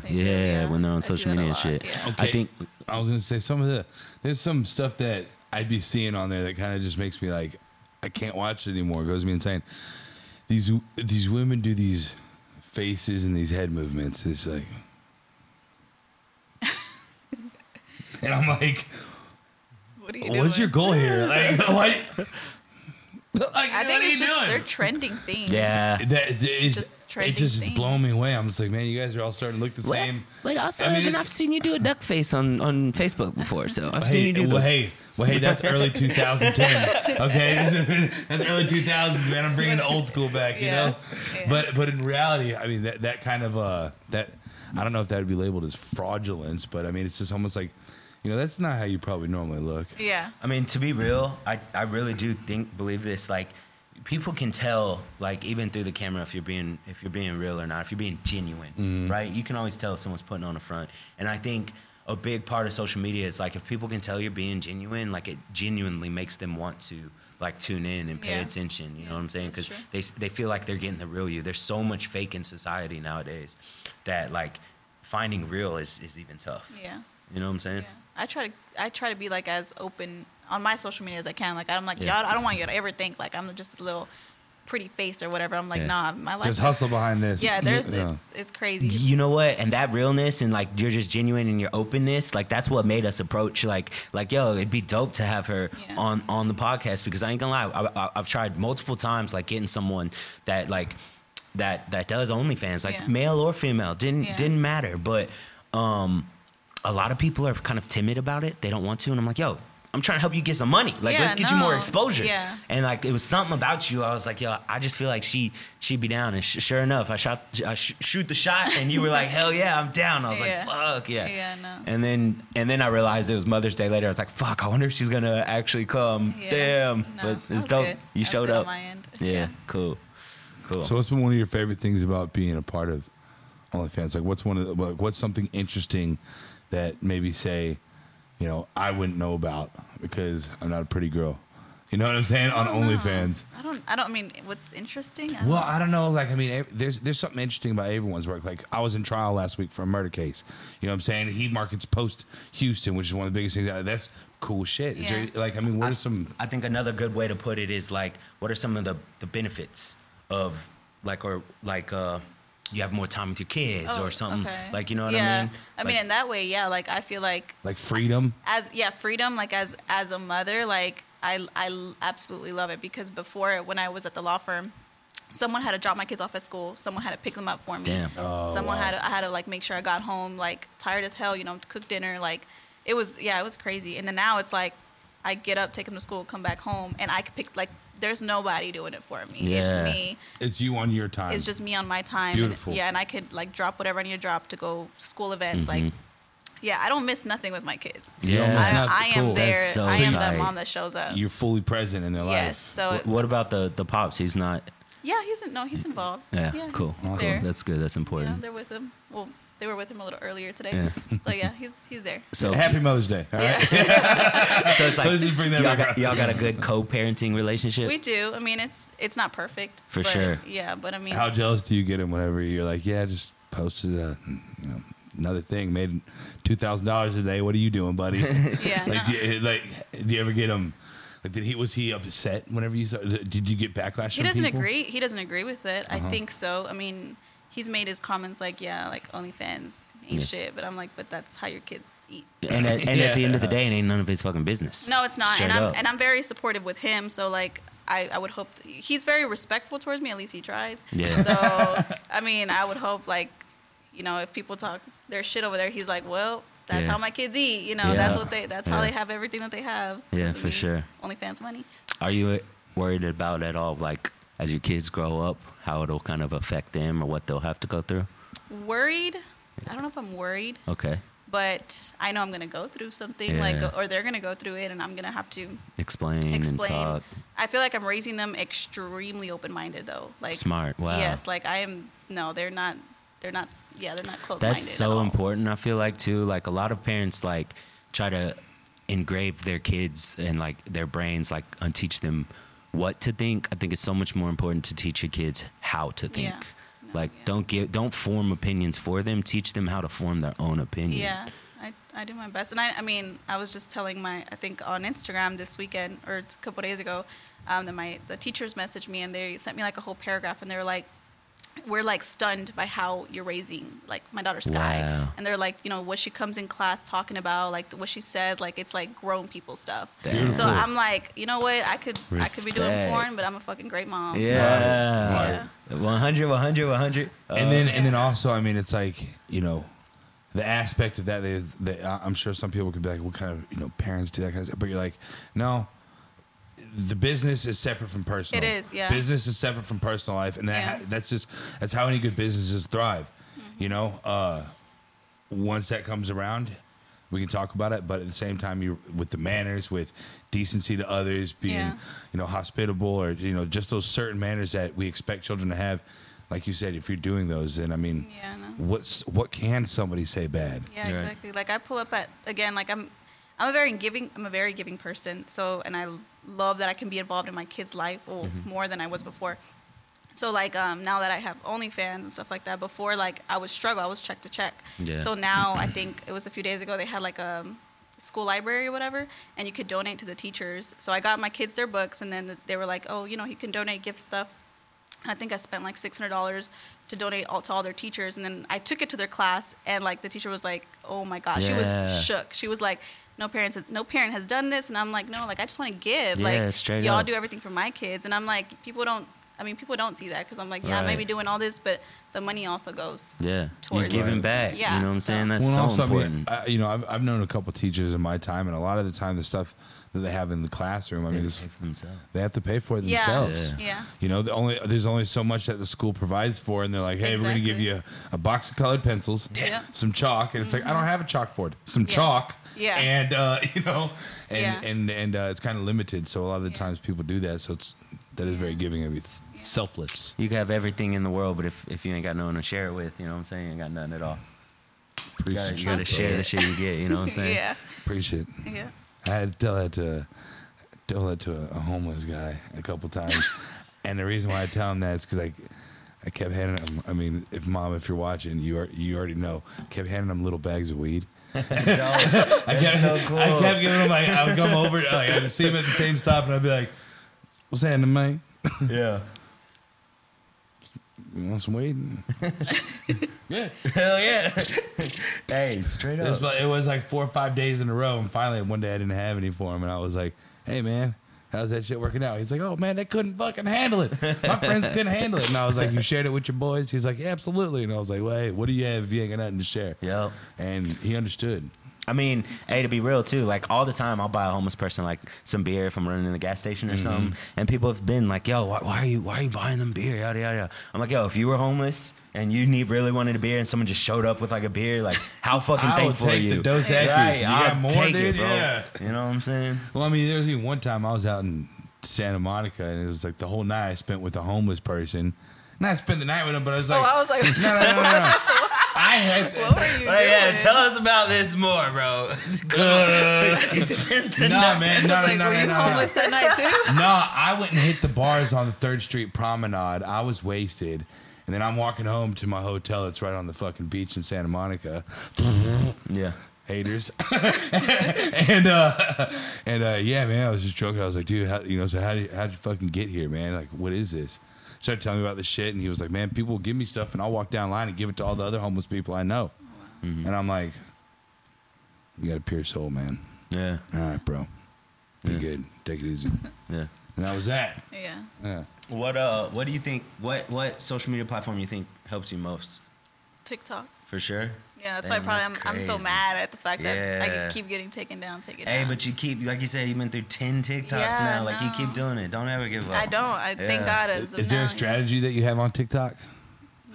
Speaker 3: Persona, they do,
Speaker 1: Yeah,
Speaker 3: yeah.
Speaker 1: when they're on
Speaker 3: I see
Speaker 1: social
Speaker 3: that
Speaker 1: media
Speaker 3: a
Speaker 1: and shit.
Speaker 3: lot, yeah.
Speaker 1: I think
Speaker 2: I was gonna say some of the there's some stuff that I'd be seeing on there that kind of just makes me like I can't watch it anymore. It goes me insane. These these women do these faces and these head movements. It's like, and I'm like,
Speaker 3: What are you doing?
Speaker 2: what's your goal here? Like, why? Like,
Speaker 3: I
Speaker 2: what
Speaker 3: think
Speaker 2: are
Speaker 3: it's
Speaker 2: you
Speaker 3: just
Speaker 2: doing?
Speaker 3: they're trending things.
Speaker 1: yeah.
Speaker 2: That, that- it's,
Speaker 3: Just
Speaker 2: it
Speaker 3: trending
Speaker 2: just it's
Speaker 3: things.
Speaker 2: blowing me away. I'm just like, man, you guys are all starting to look the
Speaker 1: Well,
Speaker 2: same.
Speaker 1: But also,
Speaker 2: I mean,
Speaker 1: then
Speaker 2: it's-
Speaker 1: I've seen you do a duck face on, on Facebook before, so I've seen
Speaker 2: Hey,
Speaker 1: you do
Speaker 2: well,
Speaker 1: that.
Speaker 2: hey, well, hey, that's early 2010s. Okay, that's early 2000s, man. I'm bringing the old school back, you
Speaker 3: Yeah,
Speaker 2: know.
Speaker 3: yeah.
Speaker 2: But but in reality, I mean that that kind of uh that I don't know if that would be labeled as fraudulence, but I mean it's just almost like, you know, that's not how you probably normally look.
Speaker 3: Yeah.
Speaker 1: I mean, to be real, I, I really do think believe this. Like, people can tell, like even through the camera, if you're being if you're being real or not, if you're being genuine, right? You can always tell if someone's putting on a front. And I think a big part of social media is like if people can tell you're being genuine, like it genuinely makes them want to like tune in and pay
Speaker 3: Yeah.
Speaker 1: attention. You know
Speaker 3: Yeah,
Speaker 1: what I'm saying? Because
Speaker 3: that's true.
Speaker 1: they s- they feel like they're getting the real you. There's so much fake in society nowadays that like finding real is is even tough.
Speaker 3: Yeah.
Speaker 1: You know what I'm saying?
Speaker 3: Yeah. I try to I try to be like as open on my social media as I can. Like I'm like
Speaker 1: Yeah.
Speaker 3: y'all I don't want you to ever think like I'm just a little pretty face or whatever. I'm like,
Speaker 1: Yeah.
Speaker 3: nah, my life.
Speaker 2: There's
Speaker 3: is-
Speaker 2: hustle behind this.
Speaker 3: Yeah, there's
Speaker 2: Yeah.
Speaker 3: it's it's crazy.
Speaker 1: you know what and that realness and like you're just genuine in your openness like that's what made us approach like like yo it'd be dope to have her
Speaker 3: Yeah.
Speaker 1: on on the podcast because i ain't gonna lie I, I, i've tried multiple times like getting someone that like that that does onlyfans like
Speaker 3: Yeah.
Speaker 1: male or female didn't
Speaker 3: Yeah.
Speaker 1: didn't matter but um a lot of people are kind of timid about it they don't want to and i'm like yo I'm trying to help you get some money. Like,
Speaker 3: Yeah,
Speaker 1: let's get you more
Speaker 3: no.
Speaker 1: exposure.
Speaker 3: Yeah.
Speaker 1: And like, it was something about you. I was like, yo, I just feel like she she'd be down. And sh- sure enough, I shot, I sh- shoot the shot, and you were like, hell yeah, I'm down. I was
Speaker 3: Yeah.
Speaker 1: like, fuck yeah.
Speaker 3: Yeah, no.
Speaker 1: And then and then I realized it was Mother's Day later. I was like, fuck, I wonder if she's gonna actually come.
Speaker 3: Yeah.
Speaker 1: Damn.
Speaker 3: No,
Speaker 1: but
Speaker 3: that
Speaker 1: it's
Speaker 3: was
Speaker 1: dope.
Speaker 3: good.
Speaker 1: You
Speaker 3: That was
Speaker 1: showed
Speaker 3: good on
Speaker 1: up.
Speaker 3: my end.
Speaker 1: Yeah,
Speaker 3: Yeah.
Speaker 1: Cool. Cool.
Speaker 2: So, what's been one of your favorite things about being a part of OnlyFans? Like, what's one of the, like, what's something interesting that maybe say, you know, I wouldn't know about because I'm not a pretty girl. You know what I'm saying on
Speaker 3: don't know.
Speaker 2: OnlyFans.
Speaker 3: I don't. I don't mean what's interesting. I don't
Speaker 2: Well, I don't know. Like, I mean, ev- there's there's something interesting about everyone's work. Like, I was in trial last week for a murder case. You know what I'm saying? He markets post Houston, which is one of the biggest things. out- That's cool shit. Is
Speaker 3: Yeah.
Speaker 2: there like, I mean, what are some?
Speaker 1: I think another good way to put it is like, what are some of the, the benefits of like or like uh you have more time with your kids
Speaker 3: Oh,
Speaker 1: or something
Speaker 3: okay.
Speaker 1: like you know what
Speaker 3: Yeah.
Speaker 1: I mean?
Speaker 3: I mean,
Speaker 1: Like,
Speaker 3: in that way, yeah. Like I feel like
Speaker 2: Like freedom.
Speaker 3: as yeah freedom like as as a mother like i i absolutely love it because before when i was at the law firm someone had to drop my kids off at school someone had to pick them up for me
Speaker 1: Damn.
Speaker 3: someone had to, i had to like make sure i got home like tired as hell you know cook dinner like it was yeah it was crazy and then now it's like i get up take them to school come back home and i could pick like there's nobody doing it for me
Speaker 1: Yeah.
Speaker 3: it's me
Speaker 2: It's you on your time.
Speaker 3: it's just me on my time.
Speaker 2: Beautiful.
Speaker 3: And, yeah, and I could like drop whatever I need to drop to go school events. Like, yeah, I don't miss nothing with my kids.
Speaker 2: Mm-hmm. You don't
Speaker 1: Yeah.
Speaker 2: miss
Speaker 1: That's
Speaker 2: nothing.
Speaker 3: I, I am
Speaker 2: Cool.
Speaker 3: there.
Speaker 1: That's so
Speaker 3: I am
Speaker 1: tight.
Speaker 3: the mom that shows up.
Speaker 2: You're fully present in their life.
Speaker 3: yes. So
Speaker 1: Wh- what about the the pops? He's not.
Speaker 3: yeah, he's in, no, he's involved.
Speaker 1: Yeah,
Speaker 3: he's-
Speaker 1: cool.
Speaker 3: He's,
Speaker 1: Cool.
Speaker 3: there.
Speaker 1: That's good. That's
Speaker 3: yeah,
Speaker 1: important.
Speaker 3: they're with him. Well, they were with him a little earlier today.
Speaker 1: Yeah.
Speaker 3: So yeah, he's he's there.
Speaker 1: so
Speaker 2: Happy Mother's Day. All right.
Speaker 3: Yeah.
Speaker 1: So it's like
Speaker 2: Let's just bring that
Speaker 1: y'all,
Speaker 2: back
Speaker 1: got,
Speaker 2: up.
Speaker 1: y'all got a good co-parenting relationship.
Speaker 3: We do. I mean, it's it's not perfect.
Speaker 1: For
Speaker 3: but,
Speaker 1: sure.
Speaker 3: Yeah, but I mean,
Speaker 2: How jealous do you get him whenever you're like, yeah, I just posted a, you know, another thing, made two thousand dollars today. What are you doing, buddy?
Speaker 3: yeah.
Speaker 2: like, do
Speaker 3: no.
Speaker 2: you, like, do you ever get him? Like, did he was he upset whenever you saw? Did you get backlash?
Speaker 3: he
Speaker 2: from
Speaker 3: doesn't
Speaker 2: people?
Speaker 3: agree. He doesn't agree with it.
Speaker 1: Uh-huh.
Speaker 3: I think so. I mean, he's made his comments like, yeah, like OnlyFans
Speaker 1: Yeah.
Speaker 3: ain't shit. But I'm like, but that's how your kids eat.
Speaker 1: and at, and at the
Speaker 2: Yeah.
Speaker 1: end of the day, it ain't none of his fucking business.
Speaker 3: No, it's not.
Speaker 1: Straight
Speaker 3: and I'm
Speaker 1: up.
Speaker 3: and I'm very supportive with him. So like. I, I would hope he's very respectful towards me. At least he tries.
Speaker 1: Yeah.
Speaker 3: So I mean, I would hope like, you know, if people talk their shit over there, he's like, well, that's
Speaker 1: Yeah.
Speaker 3: how my kids eat. You know,
Speaker 1: Yeah.
Speaker 3: that's what they. That's how
Speaker 1: Yeah.
Speaker 3: they have everything that they have.
Speaker 1: Yeah,
Speaker 3: 'Cause, I
Speaker 1: for sure.
Speaker 3: OnlyFans money.
Speaker 1: Are you worried about at all, like as your kids grow up, how it'll kind of affect them or what they'll have to go through?
Speaker 3: Worried? I don't know if I'm worried.
Speaker 1: Okay,
Speaker 3: but I know I'm gonna go through something
Speaker 1: Yeah.
Speaker 3: like, or they're gonna go through it, and I'm gonna have to
Speaker 1: explain,
Speaker 3: explain.
Speaker 1: and talk.
Speaker 3: I feel like I'm raising them extremely open-minded, though. Like
Speaker 1: Smart. Wow.
Speaker 3: Yes, like I am. No, they're not. They're not. Yeah, they're not close.
Speaker 1: That's so important. I feel like too, like a lot of parents like try to engrave their kids and like their brains, like and teach them what to think. I think it's so much more important to teach your kids how to think.
Speaker 3: Yeah. No,
Speaker 1: like
Speaker 3: yeah.
Speaker 1: don't give, don't form opinions for them. Teach them how to form their own opinion.
Speaker 3: Yeah, I, I do my best, and I I mean I was just telling my I think on Instagram this weekend or it's a couple days ago, um, that my the teachers messaged me and they sent me like a whole paragraph and they were like, we're like stunned by how you're raising like my daughter Sky,
Speaker 1: Wow.
Speaker 3: and they're like you know what she comes in class talking about like what she says like it's like grown people stuff.
Speaker 1: Damn.
Speaker 3: So I'm like you know what I could I could be doing
Speaker 1: Respect.
Speaker 3: porn but I'm a fucking great mom.
Speaker 1: Yeah. 100, 100, 100.
Speaker 3: Uh,
Speaker 2: and then and then also i mean it's like you know the aspect of that is that I- i'm sure some people could be like what kind of you know parents do that kind of stuff but you're like no the business is separate from personal.
Speaker 3: It is, yeah.
Speaker 2: Business is separate from personal life, and that
Speaker 3: Yeah. Mm-hmm.
Speaker 2: that's just that's how any good businesses thrive. You know, uh, once that comes around, we can talk about it. But at the same time, you with the manners, with decency to others, being
Speaker 3: Yeah.
Speaker 2: you know hospitable, or you know just those certain manners that we expect children to have. Like you said, if you're doing those, then I mean,
Speaker 3: Yeah, I know.
Speaker 2: what's what can somebody say bad?
Speaker 3: Yeah,
Speaker 1: Right.
Speaker 3: exactly. Like I pull up at again, like I'm I'm a very giving I'm a very giving person. So and I love that I can be involved in my kids' life well, more than I was before. So like um, now that I have OnlyFans and stuff like that, before like I would struggle, I was check to check.
Speaker 1: Yeah.
Speaker 3: So now I think it was a few days ago they had like a school library or whatever, and you could donate to the teachers. So I got my kids their books, and then they were like, oh, you know, you can donate gift stuff I think I spent like six hundred dollars to donate all to all their teachers, and then I took it to their class, and like the teacher was like, "Oh my gosh," she
Speaker 1: Yeah.
Speaker 3: was shook. She was like, "No parents, no parent has done this," and I'm like, "No, like I just want to give.
Speaker 1: Yeah,
Speaker 3: like
Speaker 1: straight
Speaker 3: y'all
Speaker 1: up.
Speaker 3: do everything for my kids," and I'm like, people don't. I mean, people don't see that because I'm like, yeah, I
Speaker 1: Right.
Speaker 3: might be doing all this, but the money also goes.
Speaker 1: Yeah, you're
Speaker 3: Towards-
Speaker 1: giving back.
Speaker 3: Yeah,
Speaker 1: you know what I'm
Speaker 3: so-
Speaker 1: saying? That's
Speaker 2: Well, and
Speaker 1: so
Speaker 2: also,
Speaker 1: important.
Speaker 2: I mean, I, you know, I've, I've known a couple teachers in my time, and a lot of the time, the stuff that they have in the classroom, I mean, it's,
Speaker 1: Themselves.
Speaker 2: they have to pay for it
Speaker 3: Yeah.
Speaker 2: themselves.
Speaker 3: Yeah.
Speaker 2: You know, the only there's only so much that the school provides for, and they're like, "Hey, we're going to give
Speaker 3: Exactly.
Speaker 2: you a, a box of colored pencils,
Speaker 3: Yeah. Mm-hmm.
Speaker 2: some chalk," and it's like, "I don't have a chalkboard, some
Speaker 3: Yeah.
Speaker 2: chalk,
Speaker 3: Yeah.
Speaker 2: and uh, you know, and
Speaker 3: Yeah.
Speaker 2: and and uh, it's kind of limited. So a lot of the
Speaker 3: Yeah.
Speaker 2: times, people do that. So it's that is very giving of you, It's selfless.
Speaker 1: You can have everything in the world, but if, if you ain't got no one to share it with, you know what I'm saying? You ain't got nothing at all. You
Speaker 2: Appreciate
Speaker 1: gotta, you gotta share the shit you get, you know what I'm saying?
Speaker 3: yeah,
Speaker 2: Appreciate. it.
Speaker 3: yeah.
Speaker 2: I had to tell that to tell that to a, a homeless guy a couple times, and the reason why I tell him that is because I I kept handing him. I mean, if mom, if you're watching, you are you already know. I kept handing him little bags of weed. I kept, I kept giving him like I would come over like I'd see him at the same stop and I'd be like, "What's happening, mate?
Speaker 1: Yeah.
Speaker 2: You want some weed?" yeah,
Speaker 1: Hell yeah. hey, straight
Speaker 2: it was, about- it was like four or five days in a row, and finally one day I didn't have any for him, and I was like, "Hey, man." How's that shit working out? He's like, oh man, they couldn't fucking handle it. My friends couldn't handle it. And I was like, you shared it with your boys? He's like, yeah, absolutely. And I was like, well, hey, what do you have if you ain't got nothing to share?
Speaker 1: Yep.
Speaker 2: And he understood.
Speaker 1: I mean, hey, to be real too, like all the time, I'll buy a homeless person like some beer if I'm running in the gas station or something, and people have been like, "Yo, why, why are you why are you buying them beer?" Yada yada. yada. I'm like, "Yo, if you were homeless and you need really wanted a beer, and someone just showed up with like a beer, like how fucking
Speaker 2: I would
Speaker 1: thankful
Speaker 2: take
Speaker 1: are
Speaker 2: the
Speaker 1: you?"
Speaker 2: Dos Equis. You got
Speaker 1: I'll
Speaker 2: more,
Speaker 1: take
Speaker 2: dude?
Speaker 1: it, bro.
Speaker 2: Yeah.
Speaker 1: You know what I'm saying?
Speaker 2: Well, I mean, there was even one time I was out in Santa Monica, and it was like the whole night I spent with a homeless person. Not spend the night with him, but I was
Speaker 3: Oh,
Speaker 2: like,
Speaker 3: I was like,
Speaker 2: no, no, no, no, no. I had
Speaker 3: what were you
Speaker 1: But
Speaker 3: doing?
Speaker 1: yeah, tell us about this more, bro.
Speaker 2: no, Uh, nah, man, no,
Speaker 3: I
Speaker 2: no,
Speaker 3: was like,
Speaker 2: no,
Speaker 3: were
Speaker 2: no,
Speaker 3: you
Speaker 2: no, no.
Speaker 3: homeless that night too?
Speaker 2: No, I went and hit the bars on the Third Street Promenade. I was wasted. And then I'm walking home to my hotel that's right on the fucking beach in Santa Monica.
Speaker 1: yeah.
Speaker 2: haters. and uh, and uh, yeah, man, I was just joking. I was like, dude, how, you know, so how did how'd you fucking get here, man? Like, what is this? Started telling me about the shit, and he was like, man, people will give me stuff, and I'll walk down line and give it to all the other homeless people I know. And I'm like, you got a pure soul, man.
Speaker 1: Yeah.
Speaker 2: All right, bro, be
Speaker 1: Yeah.
Speaker 2: good, take it easy.
Speaker 1: Yeah.
Speaker 2: and that was that.
Speaker 3: Yeah.
Speaker 2: Yeah.
Speaker 1: What uh? What do you think? What what social media platform you think helps you most?
Speaker 3: TikTok.
Speaker 1: For sure.
Speaker 3: Yeah, that's why
Speaker 1: Damn,
Speaker 3: probably
Speaker 1: that's
Speaker 3: I'm, I'm so
Speaker 1: crazy.
Speaker 3: mad at the fact that
Speaker 1: Yeah.
Speaker 3: I keep getting taken down, taken
Speaker 1: Hey,
Speaker 3: down.
Speaker 1: but you keep like you said, you've been through ten TikToks
Speaker 3: Yeah,
Speaker 1: now. Like you
Speaker 3: no.
Speaker 1: keep doing it. Don't ever give up.
Speaker 3: I don't. I
Speaker 1: Yeah.
Speaker 3: thank God. As
Speaker 2: Is,
Speaker 3: of
Speaker 2: there
Speaker 3: now,
Speaker 2: a strategy that you have on TikTok?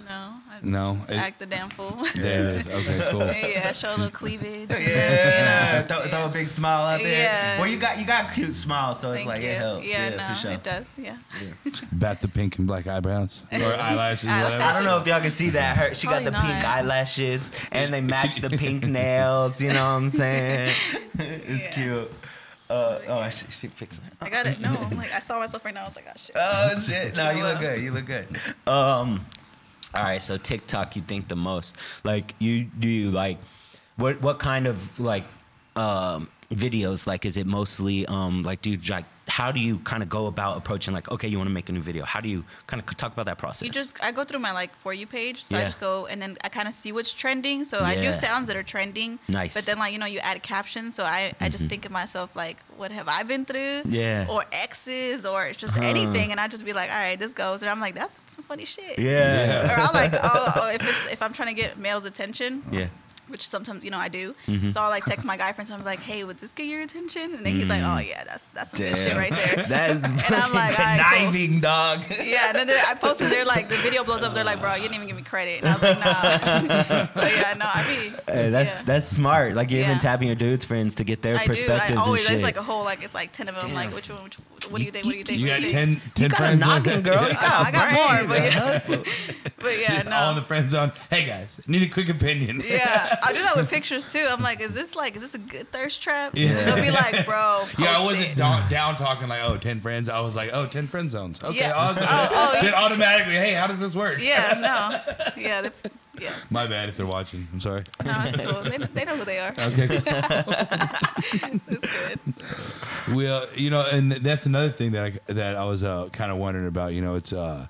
Speaker 3: No. I
Speaker 2: No?
Speaker 3: just
Speaker 2: It-
Speaker 3: act the damn fool.
Speaker 2: There it is. Okay, cool.
Speaker 3: yeah, show a little cleavage.
Speaker 1: Yeah, throw, throw a big smile out there.
Speaker 3: Yeah.
Speaker 1: Well, you got you got a cute smile, so it's
Speaker 3: Thank
Speaker 1: like
Speaker 3: you.
Speaker 1: it helps.
Speaker 3: Yeah,
Speaker 1: Yeah,
Speaker 3: no,
Speaker 1: for sure.
Speaker 3: it does. Yeah.
Speaker 2: About the pink and black eyebrows or eyelashes, whatever.
Speaker 1: I don't know if y'all can see that. Her, she got
Speaker 3: Probably
Speaker 1: the
Speaker 3: not.
Speaker 1: pink eyelashes, and they match the pink nails. You know what I'm saying? it's
Speaker 3: Yeah.
Speaker 1: cute. Uh, oh, I should, should fix it.
Speaker 3: I got it. No, I'm like, I saw myself right now. I was like, oh, shit.
Speaker 1: Oh shit! No, you look good. You look good. Um, all right. So TikTok, you think the most? Like, you do you like what? What kind of like um, videos? Like, is it mostly um, like do you like? How do you kind of go about approaching like? Okay, you want to make a new video. How do you kind of talk about that process?
Speaker 3: You just I go through my like for you page, so
Speaker 1: Yeah.
Speaker 3: I just go and then I kind of see what's trending. So I
Speaker 1: Yeah.
Speaker 3: do sounds that are trending.
Speaker 1: Nice. Mm-hmm.
Speaker 3: But then like you know you add captions, so I I just think of myself like what have I been through?
Speaker 1: Yeah. Uh-huh.
Speaker 3: Or exes or it's just
Speaker 1: Huh.
Speaker 3: anything, and I just be like, all right, this goes, and I'm like that's some funny shit.
Speaker 1: yeah.
Speaker 2: Yeah.
Speaker 3: Or I'm like, oh, oh if it's if I'm trying to get male's attention,
Speaker 1: Yeah. Mm-hmm.
Speaker 3: which sometimes you know I do. So I'll like text my guy friends. I'm like, hey, would this get your attention? And then he's like, oh yeah, that's that's some good shit
Speaker 1: Mm. Damn.
Speaker 3: right there.
Speaker 1: That is
Speaker 3: And I'm like, all right, cool.
Speaker 1: conniving, dog.
Speaker 3: Yeah, and then they- I posted. They're like, the video blows up. They're like, bro, you didn't even give me credit. And I was like, nah. so yeah, no, I mean,
Speaker 1: Hey, that's
Speaker 3: yeah.
Speaker 1: that's smart. Like you're even
Speaker 3: Yeah.
Speaker 1: tapping your dudes' friends to get their
Speaker 3: I do. I
Speaker 1: perspectives
Speaker 3: always.
Speaker 1: and
Speaker 3: There's
Speaker 1: shit.
Speaker 3: like a whole like it's like ten of them.
Speaker 1: Damn.
Speaker 3: Like which one? Which, what do you think? What do you think?
Speaker 2: You
Speaker 3: what
Speaker 2: got
Speaker 3: do
Speaker 2: 10, 10
Speaker 1: you got a
Speaker 2: friends like
Speaker 1: knocking
Speaker 2: that?
Speaker 1: girl. You got a
Speaker 3: I got more,
Speaker 1: brain.
Speaker 3: but yeah, but yeah,
Speaker 2: Just all in the
Speaker 3: no.
Speaker 2: friend zone. Hey guys, need a quick opinion.
Speaker 3: Yeah, I do that with pictures too. I'm like, is this like, is this a good thirst trap?
Speaker 2: Yeah.
Speaker 3: And they'll be like, bro, post
Speaker 2: Yeah, I
Speaker 3: it.
Speaker 2: wasn't down, down talking like, oh, 10 friends. I was like, oh, 10 friend zones. Okay,
Speaker 3: Yeah.
Speaker 2: awesome.
Speaker 3: Oh, oh,
Speaker 2: then automatically, hey, how does this work?
Speaker 3: Yeah, no, yeah, they- yeah.
Speaker 2: My bad if they're watching. I'm sorry.
Speaker 3: No, it's cool. They, they know who they are.
Speaker 2: Okay.
Speaker 3: It's good.
Speaker 2: well, you know, and that's another thing that I, that I was uh, kind of wondering about. You know, it's uh,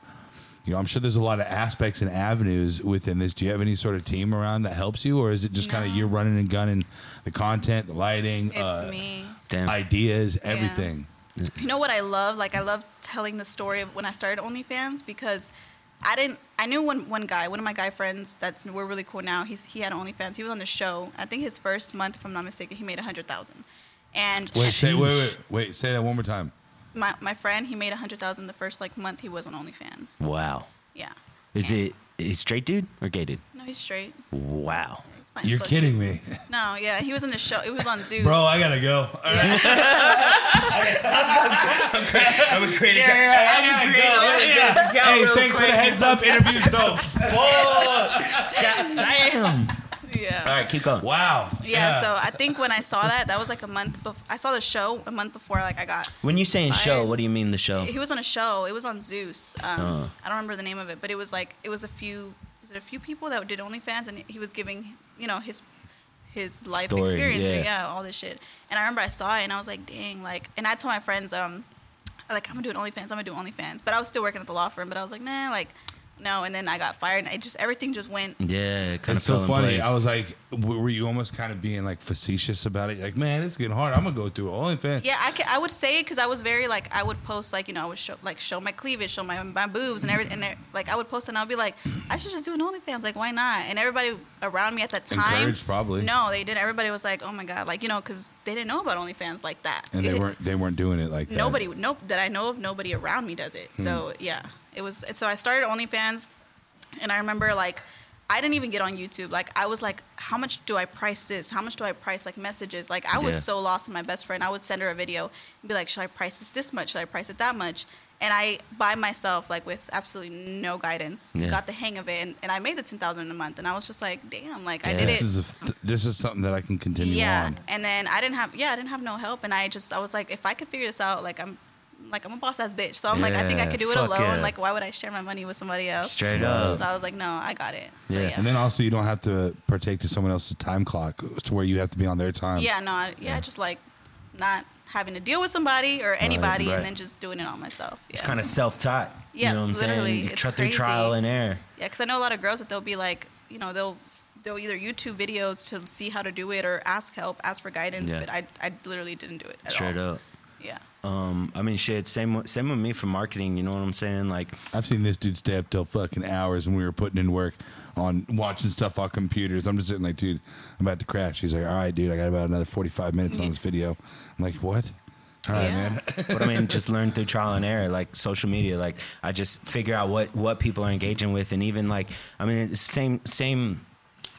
Speaker 2: you know, I'm sure there's a lot of aspects and avenues within this. Do you have any sort of team around that helps you, or is it just kind of
Speaker 3: No.
Speaker 2: you're running and gunning the content, the lighting,
Speaker 3: It's
Speaker 2: uh,
Speaker 3: me.
Speaker 1: Damn.
Speaker 2: ideas,
Speaker 3: Yeah.
Speaker 2: everything?
Speaker 3: You know what I love? Like I love telling the story of when I started OnlyFans because I didn't. I knew one one guy, one of my guy friends. That's we're really cool now. He's he had OnlyFans. He was on the show. I think his first month, if I'm not mistaken, he made a hundred thousand. And
Speaker 2: Wait, say, wait, wait, wait, say that one more time.
Speaker 3: my my friend, he made a hundred thousand the first like month he was on OnlyFans.
Speaker 1: wow.
Speaker 3: Yeah.
Speaker 1: Is it is straight dude or gay dude?
Speaker 3: No, he's straight.
Speaker 1: Wow.
Speaker 3: He's fine as
Speaker 2: You're
Speaker 3: fuck,
Speaker 2: kidding
Speaker 3: too.
Speaker 2: me,
Speaker 3: No, yeah, he was on the show. It was on Zeus.
Speaker 2: bro. I gotta go. All right.
Speaker 1: I'm a creative guy.
Speaker 2: Hey, thanks for the heads up. Interviews dope.
Speaker 1: Damn.
Speaker 3: yeah.
Speaker 1: All right, keep going.
Speaker 2: Wow.
Speaker 3: Yeah, so I think when I saw that, that was like a month. Bef- I saw the show a month before. Like I got,
Speaker 1: When you saying show,
Speaker 3: Fire.
Speaker 1: what do you mean the show?
Speaker 3: he was on a show. It was on Zeus. Um, I don't remember the name of it, but it was like it was a few. Was it a few people that did OnlyFans, and he was giving you know his his life
Speaker 1: Story,
Speaker 3: experience, or
Speaker 1: yeah.
Speaker 3: yeah, all this shit. And I remember I saw it, and I was like, dang, like. And I told my friends, um, like I'm gonna do an OnlyFans. I'm gonna do OnlyFans. But I was still working at the law firm, but I was like, nah, like. No, and then I got fired, and it just everything just went.
Speaker 1: Yeah, kind
Speaker 2: It's
Speaker 1: of
Speaker 2: so funny. I was like, w- were you almost kind of being like facetious about it? You're like, man, this is getting hard. I'm gonna go through OnlyFans.
Speaker 3: Yeah, I, ca- I would say because I was very like I would post like you know I would show like show my cleavage, show my my boobs and everything. And e- like I would post and I'd be like, I should just do an OnlyFans. Like why not? And everybody around me at that time
Speaker 2: Encouraged, probably.
Speaker 3: No, they didn't. Everybody was like, oh my god, like you know because they didn't know about OnlyFans like that.
Speaker 2: And they
Speaker 3: It-
Speaker 2: weren't they weren't doing it like that. Hmm.
Speaker 3: Nobody, nope, that I know of, nobody around me does it. So yeah, it was. So I started OnlyFans, and I remember like I didn't even get on YouTube. Like I was like, how much do I price this? How much do I price like messages? Like I was
Speaker 1: Yeah.
Speaker 3: so lost with my best friend. I would send her a video and be like, should I price this this much? Should I price it that much? And I by myself, like with absolutely no guidance,
Speaker 1: Yeah.
Speaker 3: got the hang of it, and, and I made the ten thousand a month. And I was just like, damn, like I
Speaker 1: Yeah.
Speaker 3: did
Speaker 2: This
Speaker 3: it
Speaker 2: is a th- this is something that I can continue
Speaker 3: yeah
Speaker 2: on.
Speaker 3: and then i didn't have yeah i didn't have no help and i just i was like if i could figure this out like i'm like i'm a boss ass bitch so i'm like i think i
Speaker 1: Yeah,
Speaker 3: could do it
Speaker 1: fuck
Speaker 3: alone
Speaker 1: yeah.
Speaker 3: like why would i share my money with somebody else
Speaker 1: straight
Speaker 2: Wow.
Speaker 1: up.
Speaker 3: so i was like no i got it so
Speaker 1: Yeah.
Speaker 3: yeah
Speaker 2: And then also you don't have to partake to someone else's time clock to where you have to be on their
Speaker 1: um,
Speaker 2: time.
Speaker 3: yeah no I, yeah, just like not having to deal with somebody or anybody
Speaker 1: right.
Speaker 3: and then just doing it all myself yeah
Speaker 1: It's kind of self-taught.
Speaker 3: Yeah,
Speaker 1: you know what I'm
Speaker 3: literally,
Speaker 1: saying?
Speaker 3: it's
Speaker 1: Tr- through
Speaker 3: crazy.
Speaker 1: trial and error.
Speaker 3: yeah because i know a lot of girls that they'll be like you know they'll they'll either youtube videos to see how to do it or ask help ask for guidance
Speaker 1: Yeah.
Speaker 3: but I, I literally didn't do it at
Speaker 1: Straight
Speaker 3: all
Speaker 1: up.
Speaker 3: yeah
Speaker 1: Um, I mean, shit. Same, with- same with me for marketing. You know what I'm saying? Like,
Speaker 2: I've seen this dude stay up till fucking hours when we were putting in work on watching stuff on computers. I'm just sitting like, dude, I'm about to crash. He's like, all right, dude, I got about another 45 minutes on this video. I'm like, what? All right,
Speaker 3: Yeah.
Speaker 2: man.
Speaker 1: but I mean, just learn through trial and error, like social media. Like, I just figure out what what people are engaging with, and even like, I mean, it's same same.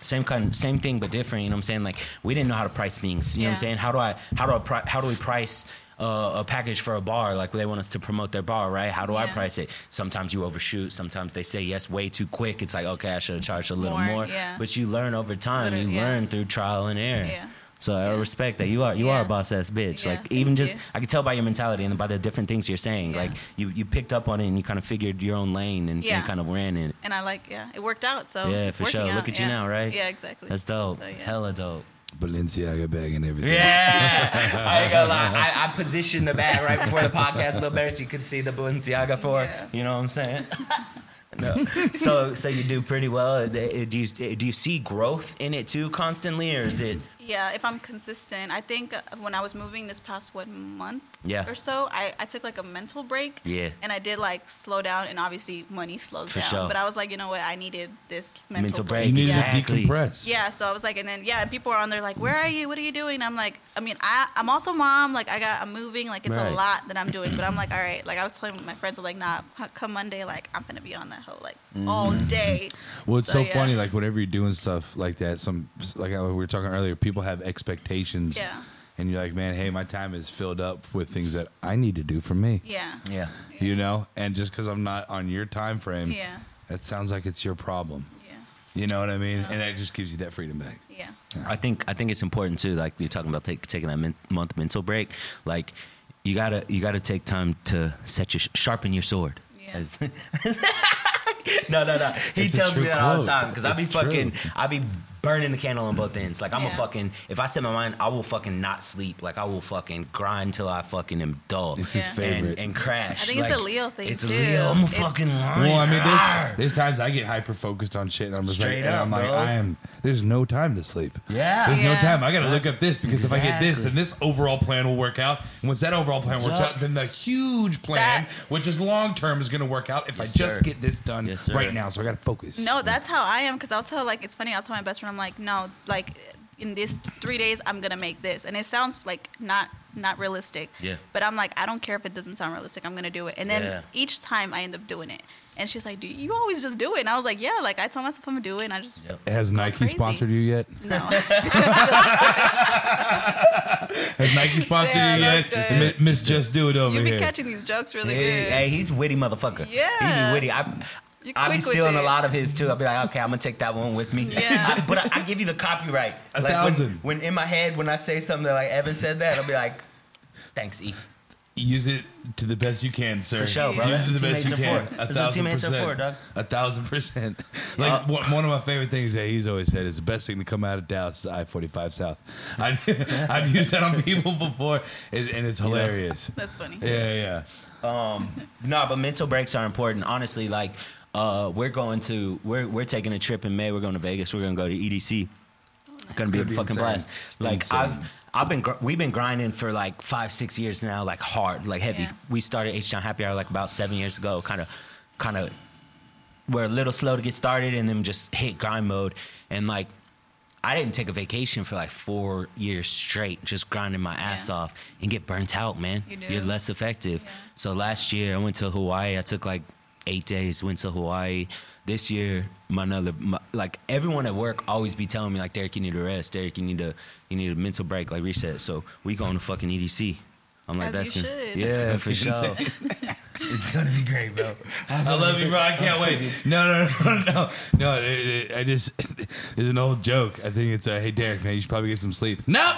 Speaker 1: Same kind, same thing, but different. You know what I'm saying? Like we didn't know how to price things. You know what I'm
Speaker 3: Yeah.
Speaker 1: saying? How do I, how do I, pri- how do we price uh, a package for a bar? Like they want us to promote their bar, right? How do I
Speaker 3: Yeah.
Speaker 1: price it? Sometimes you overshoot. Sometimes they say yes way too quick. It's like okay, I should have charged a little more.
Speaker 3: More, yeah.
Speaker 1: But you learn over time.
Speaker 3: Literally,
Speaker 1: you
Speaker 3: yeah.
Speaker 1: learn through trial and error.
Speaker 3: Yeah.
Speaker 1: So I
Speaker 3: Yeah.
Speaker 1: respect that. You are you are a
Speaker 3: Yeah.
Speaker 1: boss ass bitch.
Speaker 3: Yeah,
Speaker 1: like even
Speaker 3: thank
Speaker 1: just
Speaker 3: you.
Speaker 1: I could tell by your mentality and by the different things you're saying.
Speaker 3: Yeah.
Speaker 1: Like you, you picked up on it and you kind of figured your own lane and,
Speaker 3: Yeah.
Speaker 1: and kind of ran in it.
Speaker 3: and I like yeah, it worked out. So
Speaker 1: Yeah,
Speaker 3: it's
Speaker 1: for
Speaker 3: working
Speaker 1: sure.
Speaker 3: Out.
Speaker 1: Look at you
Speaker 3: yeah.
Speaker 1: now, right?
Speaker 3: Yeah, exactly.
Speaker 1: That's dope.
Speaker 3: So, yeah.
Speaker 1: Hella dope.
Speaker 2: Balenciaga bag and everything.
Speaker 1: Yeah, I ain't gonna lie. I, I positioned the bag right before the podcast a little better, so you could see the Balenciaga for.
Speaker 3: Yeah.
Speaker 1: You know what I'm saying? no. So, so you do pretty well. Uh, Do you do you see growth in it too constantly, or is it?
Speaker 3: Yeah, if I'm consistent, I think uh, when I was moving this past what month
Speaker 1: Yeah.
Speaker 3: or so, I, I took like a mental break.
Speaker 1: Yeah.
Speaker 3: and I did like slow down, and obviously money slows
Speaker 1: For
Speaker 3: down.
Speaker 1: sure.
Speaker 3: But I was like, you know what, I needed this mental,
Speaker 1: Mental
Speaker 2: You
Speaker 1: break.
Speaker 2: need
Speaker 1: Exactly.
Speaker 2: to decompress.
Speaker 3: Yeah, so I was like, and then yeah, and people are on there like, where are you? What are you doing? I'm like, I mean, I I'm also mom. Like I got I'm moving. Like it's
Speaker 1: Right.
Speaker 3: a lot that I'm doing, but I'm like, all right. Like I was telling my friends, I'm like, nah, c- come Monday, like I'm gonna be on that hoe like all
Speaker 1: Mm.
Speaker 3: day.
Speaker 2: Well, it's so,
Speaker 3: So, yeah.
Speaker 2: funny. Like whenever you're doing stuff like that, some like how we were talking earlier, people have expectations.
Speaker 3: Yeah.
Speaker 2: And you're like, man, hey, my time is filled up with things that I need to do for me.
Speaker 3: Yeah.
Speaker 1: Yeah.
Speaker 2: You know, and just because I'm not on your time frame,
Speaker 3: Yeah.
Speaker 2: that sounds like it's your problem.
Speaker 3: Yeah.
Speaker 2: You know what I mean? And that just gives you that freedom back.
Speaker 3: Yeah.
Speaker 1: I think I think it's important too. Like you're talking about take, taking that men- month mental break. Like you gotta you gotta take time to set your sharpen your sword.
Speaker 3: Yeah.
Speaker 1: no, no, no. He
Speaker 2: It's a
Speaker 1: tells me
Speaker 2: true
Speaker 1: that all the
Speaker 2: quote.
Speaker 1: time because I be
Speaker 2: It's true.
Speaker 1: fucking I be burning the candle on both ends. Like I'm a
Speaker 3: Yeah.
Speaker 1: fucking. If I set my mind, I will fucking not sleep. Like I will fucking grind till I fucking am dull.
Speaker 2: It's
Speaker 3: his
Speaker 1: And-
Speaker 2: favorite.
Speaker 1: And, crash.
Speaker 3: I think it's
Speaker 1: Like,
Speaker 3: a Leo thing,
Speaker 1: It's
Speaker 3: too.
Speaker 1: a Leo. I'm a
Speaker 3: It's-
Speaker 1: fucking lion.
Speaker 2: Well, I mean,
Speaker 1: Arr!
Speaker 2: there's, there's times I get hyper focused on shit, and I'm just
Speaker 1: Ah. Straight
Speaker 2: like, and
Speaker 1: up,
Speaker 2: I'm like,
Speaker 1: bro.
Speaker 2: I am. There's no time to sleep.
Speaker 1: Yeah.
Speaker 2: there's no
Speaker 3: Yeah.
Speaker 2: time. I gotta look up this because if I get this,
Speaker 1: Exactly.
Speaker 2: then this overall plan will work out. And once that overall plan works
Speaker 1: Yup.
Speaker 2: out, then the huge plan,
Speaker 3: That-
Speaker 2: which is long term, is gonna work out if I
Speaker 1: Yes,
Speaker 2: just
Speaker 1: sir.
Speaker 2: get this done
Speaker 1: Yes, sir.
Speaker 2: right now. So I gotta focus.
Speaker 3: No, that's how I am. Cause I'll tell like it's funny. I'll tell my best friend I'm like, no, like in this three days I'm gonna make this, and it sounds like not not realistic.
Speaker 1: Yeah.
Speaker 3: But I'm like, I don't care if it doesn't sound realistic. I'm gonna do it. And then
Speaker 1: Yeah.
Speaker 3: each time I end up doing it. And she's like, do you always just do it? And I was like, yeah. Like I tell myself I'm gonna do it, and I just
Speaker 1: Yep.
Speaker 2: Has Nike
Speaker 3: crazy.
Speaker 2: sponsored you yet?
Speaker 3: no.
Speaker 2: Has Nike sponsored
Speaker 3: Damn,
Speaker 2: you yet?
Speaker 3: that's
Speaker 2: Mi-
Speaker 3: good.
Speaker 2: Miss Just Do It over
Speaker 3: you be
Speaker 2: here.
Speaker 3: catching these jokes really
Speaker 1: Hey,
Speaker 3: good.
Speaker 1: hey, he's witty motherfucker. He's
Speaker 3: Yeah.
Speaker 1: witty. I,
Speaker 3: You
Speaker 1: I be
Speaker 3: quick with
Speaker 1: stealing a
Speaker 3: it.
Speaker 1: lot of his too. I'll be like, okay, I'm gonna take that one with me.
Speaker 3: Yeah.
Speaker 1: I- but I, I give you the copyright.
Speaker 2: A
Speaker 1: like
Speaker 2: thousand.
Speaker 1: When, when in my head, when I say something like Evan said that, I'll be like, thanks, E.
Speaker 2: Use it to the best you can, sir.
Speaker 1: For sure, bro.
Speaker 2: Use
Speaker 1: That's
Speaker 2: it to
Speaker 1: what
Speaker 2: the best
Speaker 1: teammates
Speaker 2: you
Speaker 1: are
Speaker 2: can.
Speaker 1: for.
Speaker 2: A
Speaker 1: That's what
Speaker 2: thousand
Speaker 1: teammates are
Speaker 2: percent.
Speaker 1: for, dog.
Speaker 2: A thousand percent. Like
Speaker 1: Yeah.
Speaker 2: one, one of my favorite things that he's always said is the best thing to come out of Dallas is I forty five South. I've, I've used that on people before, and, and it's hilarious.
Speaker 3: That's funny.
Speaker 2: Yeah, yeah.
Speaker 1: No, but mental breaks are important. Honestly, like uh, we're going to we're we're taking a trip in May. We're going to Vegas. We're going to E go to EDC. Gonna be a
Speaker 2: Gonna be
Speaker 1: fucking
Speaker 2: insane.
Speaker 1: blast. Like
Speaker 2: Insane.
Speaker 1: I've I've been gr- we've been grinding for like five six years now, like hard, like heavy.
Speaker 3: Yeah.
Speaker 1: We started H Town Happy Hour like about seven years ago. Kind of, kind of. We're a little slow to get started, and then just hit grind mode. And like, I didn't take a vacation for like four years straight, just grinding my ass
Speaker 3: Yeah.
Speaker 1: off and get burnt out, man.
Speaker 3: You do.
Speaker 1: You're less effective.
Speaker 3: Yeah.
Speaker 1: So last year I went to Hawaii. I took like eight days. Went to Hawaii. This year, my another my, like everyone at work always be telling me like Derek, you need to rest. Derek, you need to you need a mental break, like reset. So we going to fucking EDC. I'm like
Speaker 3: As
Speaker 1: that's
Speaker 3: you
Speaker 1: gonna,
Speaker 3: should.
Speaker 1: yeah for sure.
Speaker 2: Insane.
Speaker 1: it's gonna be great, bro.
Speaker 2: I love you, bro. I can't wait. No, no, no, no, no. it- it- I just it's an old joke. I think it's uh, hey Derek, man, you should probably get some sleep. Nope,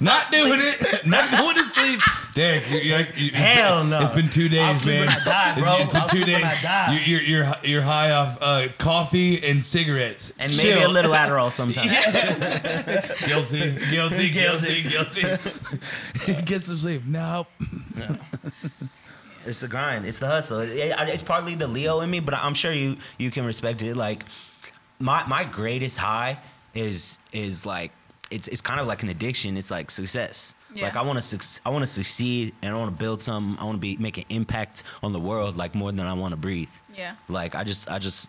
Speaker 2: not doing it. Not going to sleep, Derek. You're, you're, you
Speaker 1: Hell no.
Speaker 2: It's been two days,
Speaker 1: I'll sleep
Speaker 2: man.
Speaker 1: when I die,
Speaker 2: It's-
Speaker 1: bro.
Speaker 2: It's, been
Speaker 1: I'll
Speaker 2: two
Speaker 1: sleep when I die.
Speaker 2: days. You're, you're you're you're high off uh, coffee and cigarettes
Speaker 1: And maybe a
Speaker 2: Chill.
Speaker 1: little Adderall sometimes.
Speaker 2: guilty, guilty, guilty, guilty. get some sleep. Nope.
Speaker 1: It's the grind. It's the hustle. It- I- It's partly the Leo in me, but I'm sure you you can respect it. Like my my greatest high is is like it's it's kind of like an addiction. It's like success.
Speaker 3: Yeah.
Speaker 1: Like I want to suc- I want to succeed and I want to build something. I want to be make an impact on the world like more than I want to breathe.
Speaker 3: Yeah.
Speaker 1: Like I just I just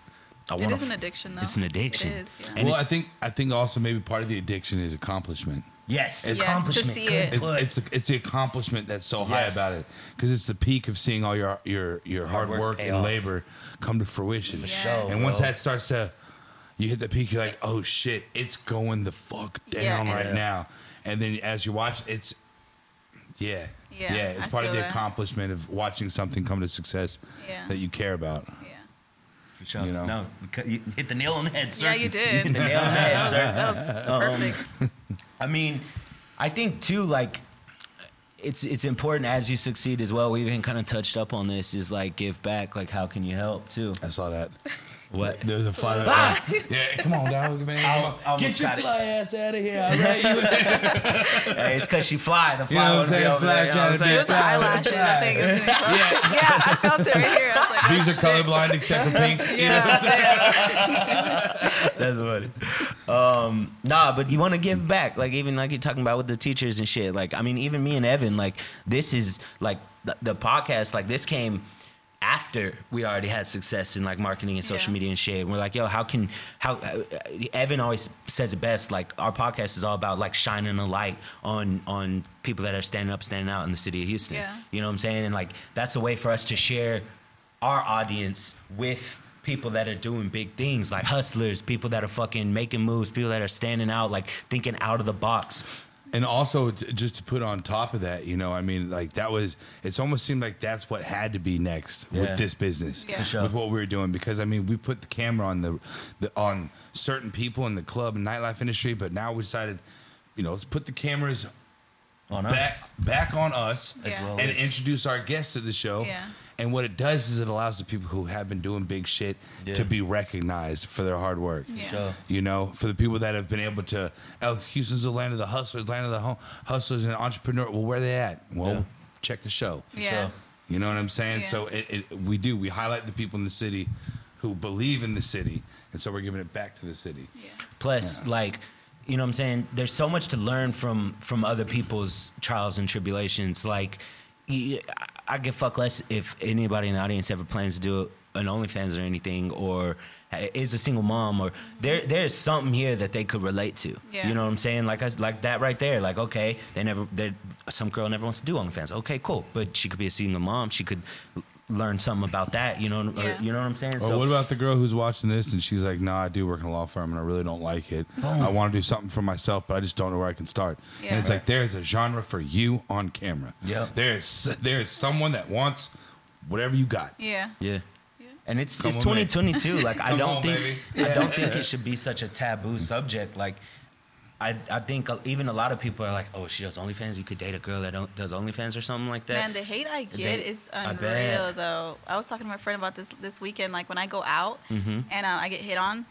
Speaker 1: I want
Speaker 3: It is an addiction though.
Speaker 1: It's an addiction.
Speaker 3: It is, yeah.
Speaker 1: And
Speaker 2: well,
Speaker 1: it's-
Speaker 2: I think I think also maybe part of the addiction is accomplishment.
Speaker 1: yes
Speaker 3: Yes, to
Speaker 1: accomplishment.
Speaker 3: see
Speaker 1: Good
Speaker 3: it.
Speaker 1: put.
Speaker 2: It's, it's the, it's the accomplishment that's so high
Speaker 1: Yes.
Speaker 2: about it because it's the peak of seeing all your your your hard,
Speaker 1: work
Speaker 2: work,
Speaker 1: pay
Speaker 2: and
Speaker 1: off.
Speaker 2: labor come to fruition.
Speaker 3: Yes. sure,
Speaker 2: And once
Speaker 1: bro.
Speaker 2: that starts to, you hit the peak. You're like, oh shit, it's going the fuck down
Speaker 3: Yeah, and-
Speaker 2: right
Speaker 1: Yeah.
Speaker 2: now. And then as you watch, it's yeah,
Speaker 3: Yeah,
Speaker 2: It's
Speaker 3: I
Speaker 2: part of
Speaker 3: feel
Speaker 2: the
Speaker 3: that.
Speaker 2: accomplishment of watching something come to success
Speaker 3: Yeah.
Speaker 2: that you care about.
Speaker 3: yeah.
Speaker 1: For sure.
Speaker 2: you know?
Speaker 1: No, you cut- you hit the nail on the head, sir.
Speaker 3: Yeah, you did.
Speaker 1: hit the nail on the head, sir.
Speaker 3: That was perfect.
Speaker 1: I mean, I think too, like it's it's important as you succeed as well. We even kind of touched up on this is like give back. Like how can you help too?
Speaker 2: I saw that.
Speaker 1: What?
Speaker 2: There was a fly. yeah, come on, dog, man.
Speaker 1: I almost
Speaker 2: Get your
Speaker 1: got it.
Speaker 2: fly ass out of here. All right, you
Speaker 1: Hey, it's because she fly. The fly
Speaker 2: You know
Speaker 1: wouldn't
Speaker 2: what I'm saying?
Speaker 1: be over
Speaker 2: Fly
Speaker 1: there, you know what I'm
Speaker 2: tryna
Speaker 1: saying?
Speaker 3: It was
Speaker 2: Yeah.
Speaker 3: eyelashes. I think. It was really close. yeah. I felt it right here. I was like, oh,
Speaker 2: These are
Speaker 3: shit.
Speaker 2: colorblind except for pink.
Speaker 3: Yeah.
Speaker 1: That's funny. Um, nah, but you want to give back. Like even like you're talking about with the teachers and shit. Like I mean, even me and Evan. Like this is like the, the podcast. Like this came after we already had success in like marketing and social
Speaker 3: Yeah.
Speaker 1: media and shit. And we're like, yo, how can how uh, uh, Evan always says it best. Like our podcast is all about like shining a light on on people that are standing up, standing out in the city of Houston.
Speaker 3: Yeah.
Speaker 1: You know what I'm saying? And like that's a way for us to share our audience with people that are doing big things, like hustlers, people that are fucking making moves, people that are standing out, like thinking out of the box.
Speaker 2: And also, t- just to put on top of that, you know, I mean, like that was, it's almost seemed like that's what had to be next
Speaker 1: Yeah.
Speaker 2: with this business,
Speaker 3: Yeah. For
Speaker 1: sure.
Speaker 2: with what we were doing. Because I mean, we put the camera on the, the on certain people in the club and nightlife industry, but now we decided, you know, let's put the cameras
Speaker 1: On
Speaker 2: back
Speaker 1: us.
Speaker 2: back on us
Speaker 3: As Yeah. well
Speaker 2: and
Speaker 1: as-
Speaker 2: introduce our guests to the show.
Speaker 3: Yeah.
Speaker 2: And what it does is it allows the people who have been doing big shit
Speaker 1: Yeah.
Speaker 2: to be recognized for their hard work.
Speaker 3: Yeah.
Speaker 1: Sure.
Speaker 2: You know, for the people that have been able to, oh, Houston's the land of the hustlers, land of the home, hustlers and entrepreneur. Well, where they at? Well,
Speaker 1: Yeah.
Speaker 2: check the show.
Speaker 3: Yeah.
Speaker 1: So-
Speaker 2: You know what I'm saying?
Speaker 3: Yeah.
Speaker 2: So it, it, we do. We highlight the people in the city who believe in the city, and so we're giving it back to the city.
Speaker 3: Yeah.
Speaker 1: plus like you know what i'm saying there's so much to learn from from other people's trials and tribulations like y- i give fuck less if anybody in the audience ever plans to do an onlyfans or anything or ha- is a single mom or there there's something here that they could relate to
Speaker 3: Yeah.
Speaker 1: you know what i'm saying like I, s- like that right there like okay they never they some girl never wants to do onlyfans okay cool but she could be a single mom she could l- learn something about that you know or-
Speaker 3: Yeah.
Speaker 1: you know what i'm saying
Speaker 2: Or what about the girl who's watching this and she's like, "No, I do work in a law firm and I really don't like it. I want to do something for myself, but I just don't know where I can start."
Speaker 3: Yeah.
Speaker 2: And it's like there's a genre for you on camera.
Speaker 1: Yeah.
Speaker 2: There's there's someone that wants whatever you got.
Speaker 3: Yeah.
Speaker 1: Yeah. And it's
Speaker 2: Come
Speaker 1: it's
Speaker 2: on, man.
Speaker 1: 2022. Like I
Speaker 2: Come
Speaker 1: don't
Speaker 2: on,
Speaker 1: think
Speaker 2: baby.
Speaker 1: I don't think it should be such a taboo subject. Like I I think even a lot of people are like, oh, she does OnlyFans. You could date a girl that don't, does OnlyFans or something like that.
Speaker 3: Man, the hate I
Speaker 1: They-
Speaker 3: get is
Speaker 1: I bet.
Speaker 3: unreal, though. I was talking to my friend about this this weekend. Like when I go out
Speaker 1: Mm-hmm.
Speaker 3: and uh, I get hit on,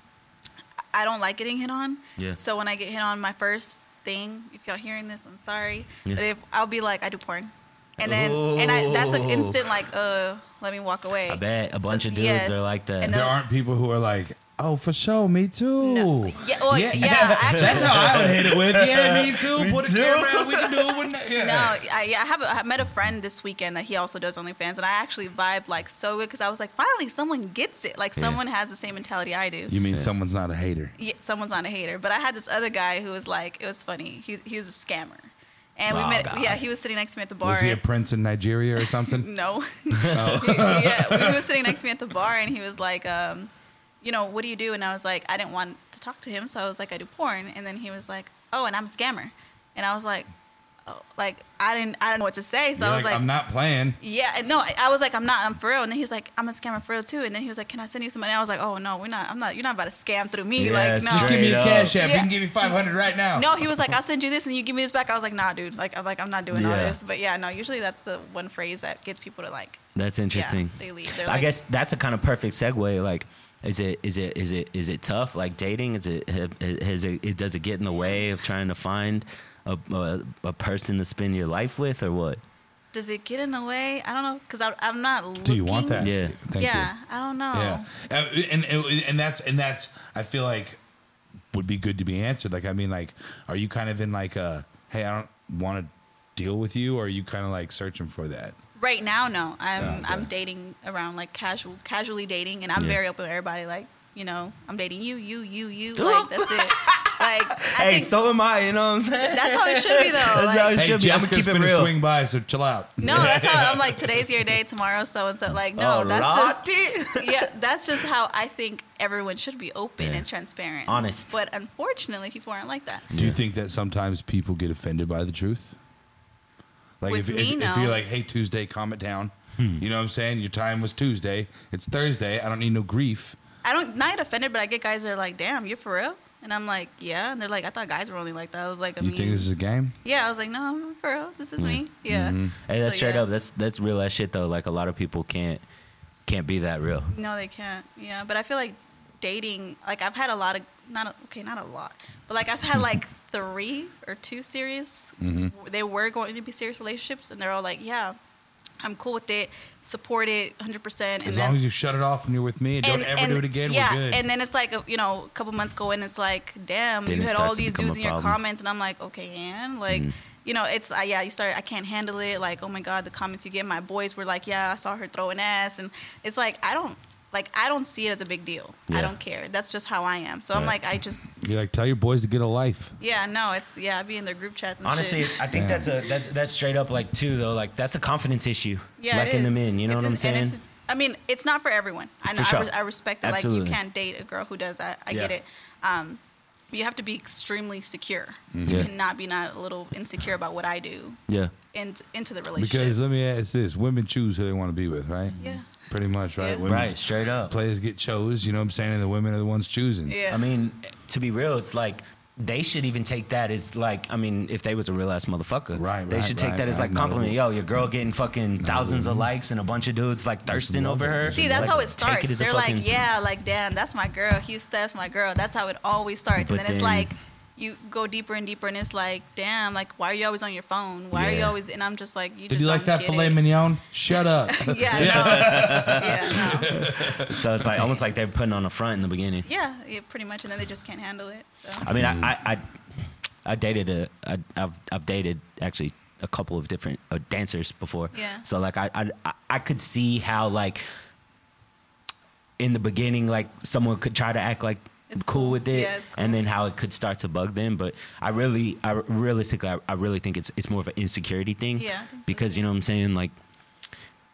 Speaker 3: I don't like getting hit on.
Speaker 1: Yeah.
Speaker 3: So when I get hit on, my first thing, if y'all hearing this, I'm sorry,
Speaker 1: Yeah.
Speaker 3: but if I'll be like, I do porn, and then and I that's an
Speaker 1: Ooh.
Speaker 3: instant like, uh, let me walk away.
Speaker 1: Oh. I bet a bunch of dudes are like that.
Speaker 3: And
Speaker 2: There
Speaker 3: they'll-
Speaker 2: aren't people who are like, "Oh, for sure, me too."
Speaker 3: yeah, well, yeah. actually,
Speaker 2: That's how I would hit it with. Yeah, me too. Put a camera out. We can do it. With yeah.
Speaker 3: No, I, yeah, I have. A, I met a friend this weekend that he also does OnlyFans, and I actually vibed like so good because I was like, finally, someone gets it. Like someone has the same mentality I do.
Speaker 2: You mean someone's not a hater?
Speaker 3: Yeah, someone's not a hater. But I had this other guy who was like, it was funny. He he was a scammer, and we
Speaker 1: Oh,
Speaker 3: met.
Speaker 1: God.
Speaker 3: Yeah, he was sitting next to me at the bar.
Speaker 2: Was he a Oh. prince in Nigeria or something?
Speaker 3: No. yeah, he was sitting next to me at the bar, and he was like, um, you know, what do you do? And I was like, I didn't want to talk to him, so I was like, I do porn. And then he was like, oh, and I'm a scammer. And I was like, oh, like I didn't, I don't know what to say. So
Speaker 2: You're
Speaker 3: I was like,
Speaker 2: I'm not playing.
Speaker 3: yeah, and no, I, I was like, I'm not, I'm for real. And then he was like, I'm a scammer for real too. And then he was like, Can I send you some money? I was like, Oh no, we're not. I'm not. You're not about to scam through me.
Speaker 1: Yeah,
Speaker 3: like
Speaker 1: it's
Speaker 3: no.
Speaker 1: just give me your Straight up. Cash
Speaker 2: App.
Speaker 3: You can give
Speaker 2: me 500 right now.
Speaker 3: No, he was like, I'll send you this and you give me this back. I was like, Nah, dude. Like I'm like I'm not doing all
Speaker 1: Yeah.
Speaker 3: this. But yeah, no. Usually that's the one phrase that gets people to like.
Speaker 1: That's interesting.
Speaker 3: they leave. They're
Speaker 1: I
Speaker 3: like-
Speaker 1: guess that's a kind of perfect segue. Like, is it is it is it is it tough? Like dating? Is it ha- has it, it does it get in the way of trying to find a, a a person to spend your life with or what?
Speaker 3: Does it get in the way? I don't know because I'm not. Looking.
Speaker 2: Do you want that?
Speaker 1: Yeah.
Speaker 2: Thank
Speaker 3: yeah, Oh.
Speaker 2: you.
Speaker 3: I don't know.
Speaker 2: Yeah. Uh, And, and and that's and that's I feel like would be good to be answered. Like I mean, like, are you kind of in like a hey, I don't want to deal with you, or are you kind of like searching for that?
Speaker 3: Right now, no. I'm
Speaker 2: Yeah, okay.
Speaker 3: I'm dating around like casual, casually dating, and I'm
Speaker 1: Ah, Yeah.
Speaker 3: very open with everybody. Like you know, I'm dating you, you, you, you.
Speaker 1: Ooh.
Speaker 3: Like that's it. Like I
Speaker 1: hey,
Speaker 3: think
Speaker 1: so am I. You know what I'm saying?
Speaker 3: that's how it should be though.
Speaker 1: That's how
Speaker 3: Like,
Speaker 1: it
Speaker 2: Hey,
Speaker 1: should be. I'm gonna
Speaker 2: Jessica's
Speaker 1: keep it
Speaker 2: finna
Speaker 1: real.
Speaker 2: swing by, so chill out.
Speaker 3: no, that's how I'm like today's your day, tomorrow's so and so. Like no,
Speaker 1: Oh,
Speaker 3: that's
Speaker 1: Lottie.
Speaker 3: just yeah, that's just how I think everyone should be open
Speaker 1: Yeah.
Speaker 3: and transparent,
Speaker 1: Honest.
Speaker 3: But unfortunately, people aren't like that.
Speaker 2: Do you think that sometimes people get offended by the truth? Like
Speaker 3: With
Speaker 2: if,
Speaker 3: me,
Speaker 2: if,
Speaker 3: no.
Speaker 2: if you're like, hey, Tuesday, calm it down. You know what I'm saying? Your time was Tuesday. It's Thursday. I don't need no grief.
Speaker 3: I don't not get offended, but I get guys that are like, "Damn, you're for real," and I'm like, "Yeah," and they're like, "I thought guys were only like that." I was like, I
Speaker 2: You
Speaker 3: mean,
Speaker 2: think this is a game?
Speaker 3: Yeah, I was like, no, I'm for real. This is me. Yeah.
Speaker 1: Mm-hmm. Hey, that's
Speaker 3: So,
Speaker 1: straight
Speaker 3: yeah.
Speaker 1: up. That's that's real ass shit though. Like a lot of people can't can't be that real.
Speaker 3: No, they can't. Yeah, but I feel like dating. Like I've had a lot of not a, okay, not a lot, but like I've
Speaker 1: Hmm.
Speaker 3: had like three or two serious.
Speaker 1: Mm-hmm.
Speaker 3: They were going to be serious relationships, and they're all like, yeah, I'm cool with it, support it, hundred percent.
Speaker 2: As long as you shut it off when you're with me and, don't ever do it again,
Speaker 3: Yeah,
Speaker 2: we're good.
Speaker 3: and then it's like you know, a couple months go in, it's like, damn,
Speaker 1: Then
Speaker 3: you
Speaker 1: it
Speaker 3: had all
Speaker 1: starts to
Speaker 3: these
Speaker 1: become
Speaker 3: dudes
Speaker 1: a
Speaker 3: in your
Speaker 1: problem. Mm.
Speaker 3: comments, and I'm like, okay, and like, you know, it's uh, yeah, you start, I can't handle it. Like, oh my god, the comments you get, my boys were like, yeah, I saw her throwing ass, and it's like, I don't. Like I don't see it as a big deal.
Speaker 1: Yeah.
Speaker 3: I don't care. That's just how I am. So I'm
Speaker 1: Right.
Speaker 3: like, I just,
Speaker 2: you're like, tell your boys to get a life.
Speaker 3: yeah, no, it's yeah, I be in their group chats and
Speaker 1: Honestly,
Speaker 3: shit.
Speaker 1: I think
Speaker 2: Yeah.
Speaker 1: that's a that's that's straight up like too though. Like that's a confidence issue.
Speaker 3: Yeah,
Speaker 1: like
Speaker 3: it
Speaker 1: in the
Speaker 3: is.
Speaker 1: men. You know
Speaker 3: It's
Speaker 1: what I'm
Speaker 3: an-
Speaker 1: saying?
Speaker 3: And it's, I mean, it's not for everyone. I know.
Speaker 1: For
Speaker 3: I,
Speaker 1: sure.
Speaker 3: re- I respect that. Like
Speaker 1: Absolutely.
Speaker 3: you can't date a girl who does that. I get
Speaker 1: Yeah.
Speaker 3: it. Um, you have to be extremely secure.
Speaker 1: Mm-hmm. Yeah.
Speaker 3: You cannot be not a little insecure about what I do
Speaker 1: yeah.
Speaker 3: in, into the relationship.
Speaker 2: Because let me ask this women choose who they want to be with, right?
Speaker 3: Yeah.
Speaker 2: Pretty much, right?
Speaker 3: Yeah.
Speaker 2: Women,
Speaker 1: Right. Straight up.
Speaker 2: Players get chose, you know what I'm saying? And the women are the ones choosing.
Speaker 3: yeah.
Speaker 1: I mean, to be real, it's like they should even take that as like I mean, if they was a real ass motherfucker,
Speaker 2: Right,
Speaker 1: They
Speaker 2: right,
Speaker 1: should take
Speaker 2: right,
Speaker 1: that as
Speaker 2: right.
Speaker 1: like
Speaker 2: No.
Speaker 1: compliment. Yo, your girl getting fucking thousands of likes and a bunch of dudes like thirsting over her.
Speaker 3: See, that's
Speaker 1: Like,
Speaker 3: how
Speaker 1: take
Speaker 3: it starts.
Speaker 1: as a
Speaker 3: They're like,
Speaker 1: fucking-
Speaker 3: yeah, like, damn, that's my girl. Hugh Steph's my girl. That's how it always starts.
Speaker 1: But
Speaker 3: and then,
Speaker 1: then-
Speaker 3: it's like, you go deeper and deeper, and it's like, damn, like, why are you always on your phone? Why are you
Speaker 1: Yeah.
Speaker 3: always? And I'm just like, you
Speaker 2: Did
Speaker 3: just
Speaker 2: you like
Speaker 3: don't
Speaker 2: that
Speaker 3: get
Speaker 2: filet
Speaker 3: it.
Speaker 2: mignon? Shut up.
Speaker 3: Yeah, no. yeah, no.
Speaker 1: So it's like almost like they're putting on a front in the beginning.
Speaker 3: yeah, yeah, pretty much. And then they just can't handle it. So
Speaker 1: I mean, I, I, I, I dated a, I, I've, I've dated actually a couple of different uh, dancers before.
Speaker 3: Yeah.
Speaker 1: So like I, I, I- I could see how like in the beginning, like someone could try to act like
Speaker 3: It's
Speaker 1: cool,
Speaker 3: cool.
Speaker 1: with it,
Speaker 3: Yeah, it's cool.
Speaker 1: and then how it could start to bug them. But I really, I realistically, I, I really think it's it's more of an insecurity thing.
Speaker 3: Yeah, I think so,
Speaker 1: Because
Speaker 3: too.
Speaker 1: you know what I'm saying, like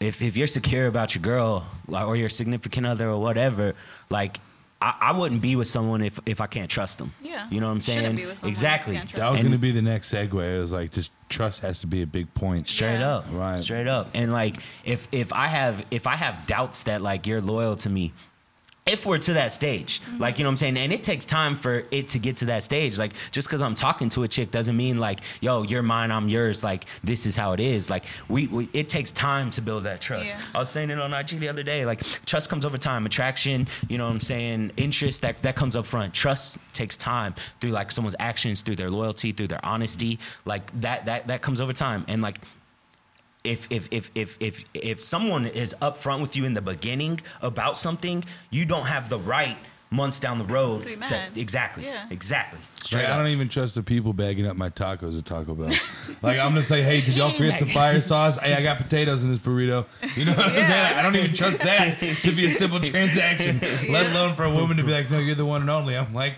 Speaker 1: if if you're secure about your girl like, or your significant other or whatever, like I, I wouldn't be with someone if if I can't trust them.
Speaker 3: Yeah.
Speaker 1: you know what I'm saying.
Speaker 3: Shouldn't be with someone if you
Speaker 1: exactly.
Speaker 3: can't trust
Speaker 2: That was
Speaker 1: And
Speaker 2: going to be the next segue. It was like, just trust has to be a big point.
Speaker 1: straight
Speaker 3: Yeah.
Speaker 1: up,
Speaker 2: Right.
Speaker 1: Straight up. And like if if I have if I have doubts that like you're loyal to me. If we're to that stage,
Speaker 3: Mm-hmm.
Speaker 1: like you know what I'm saying, and it takes time for it to get to that stage. Like just because I'm talking to a chick doesn't mean like, yo, you're mine, I'm yours. Like this is how it is. Like we, we it takes time to build that trust.
Speaker 3: Yeah.
Speaker 1: I was saying it on IG the other day. Like trust comes over time, attraction. You know what I'm saying? Interest that that comes up front. Trust takes time through like someone's actions, through their loyalty, through their honesty. Like that that that comes over time. And like if if if if if if someone is upfront with you in the beginning about something, you don't have the right months down the road
Speaker 3: To be mad.
Speaker 1: exactly
Speaker 3: Yeah.
Speaker 1: exactly straight
Speaker 2: Like, I
Speaker 1: up.
Speaker 2: don't even trust the people bagging up my tacos at Taco Bell. like I'm just like, hey, did y'all forget some fire sauce? Hey, I got potatoes in this burrito. You know what I'm
Speaker 3: Yeah.
Speaker 2: saying? I don't even trust that to be a simple transaction, let alone for a woman to be like, no, you're the one and only. I'm like,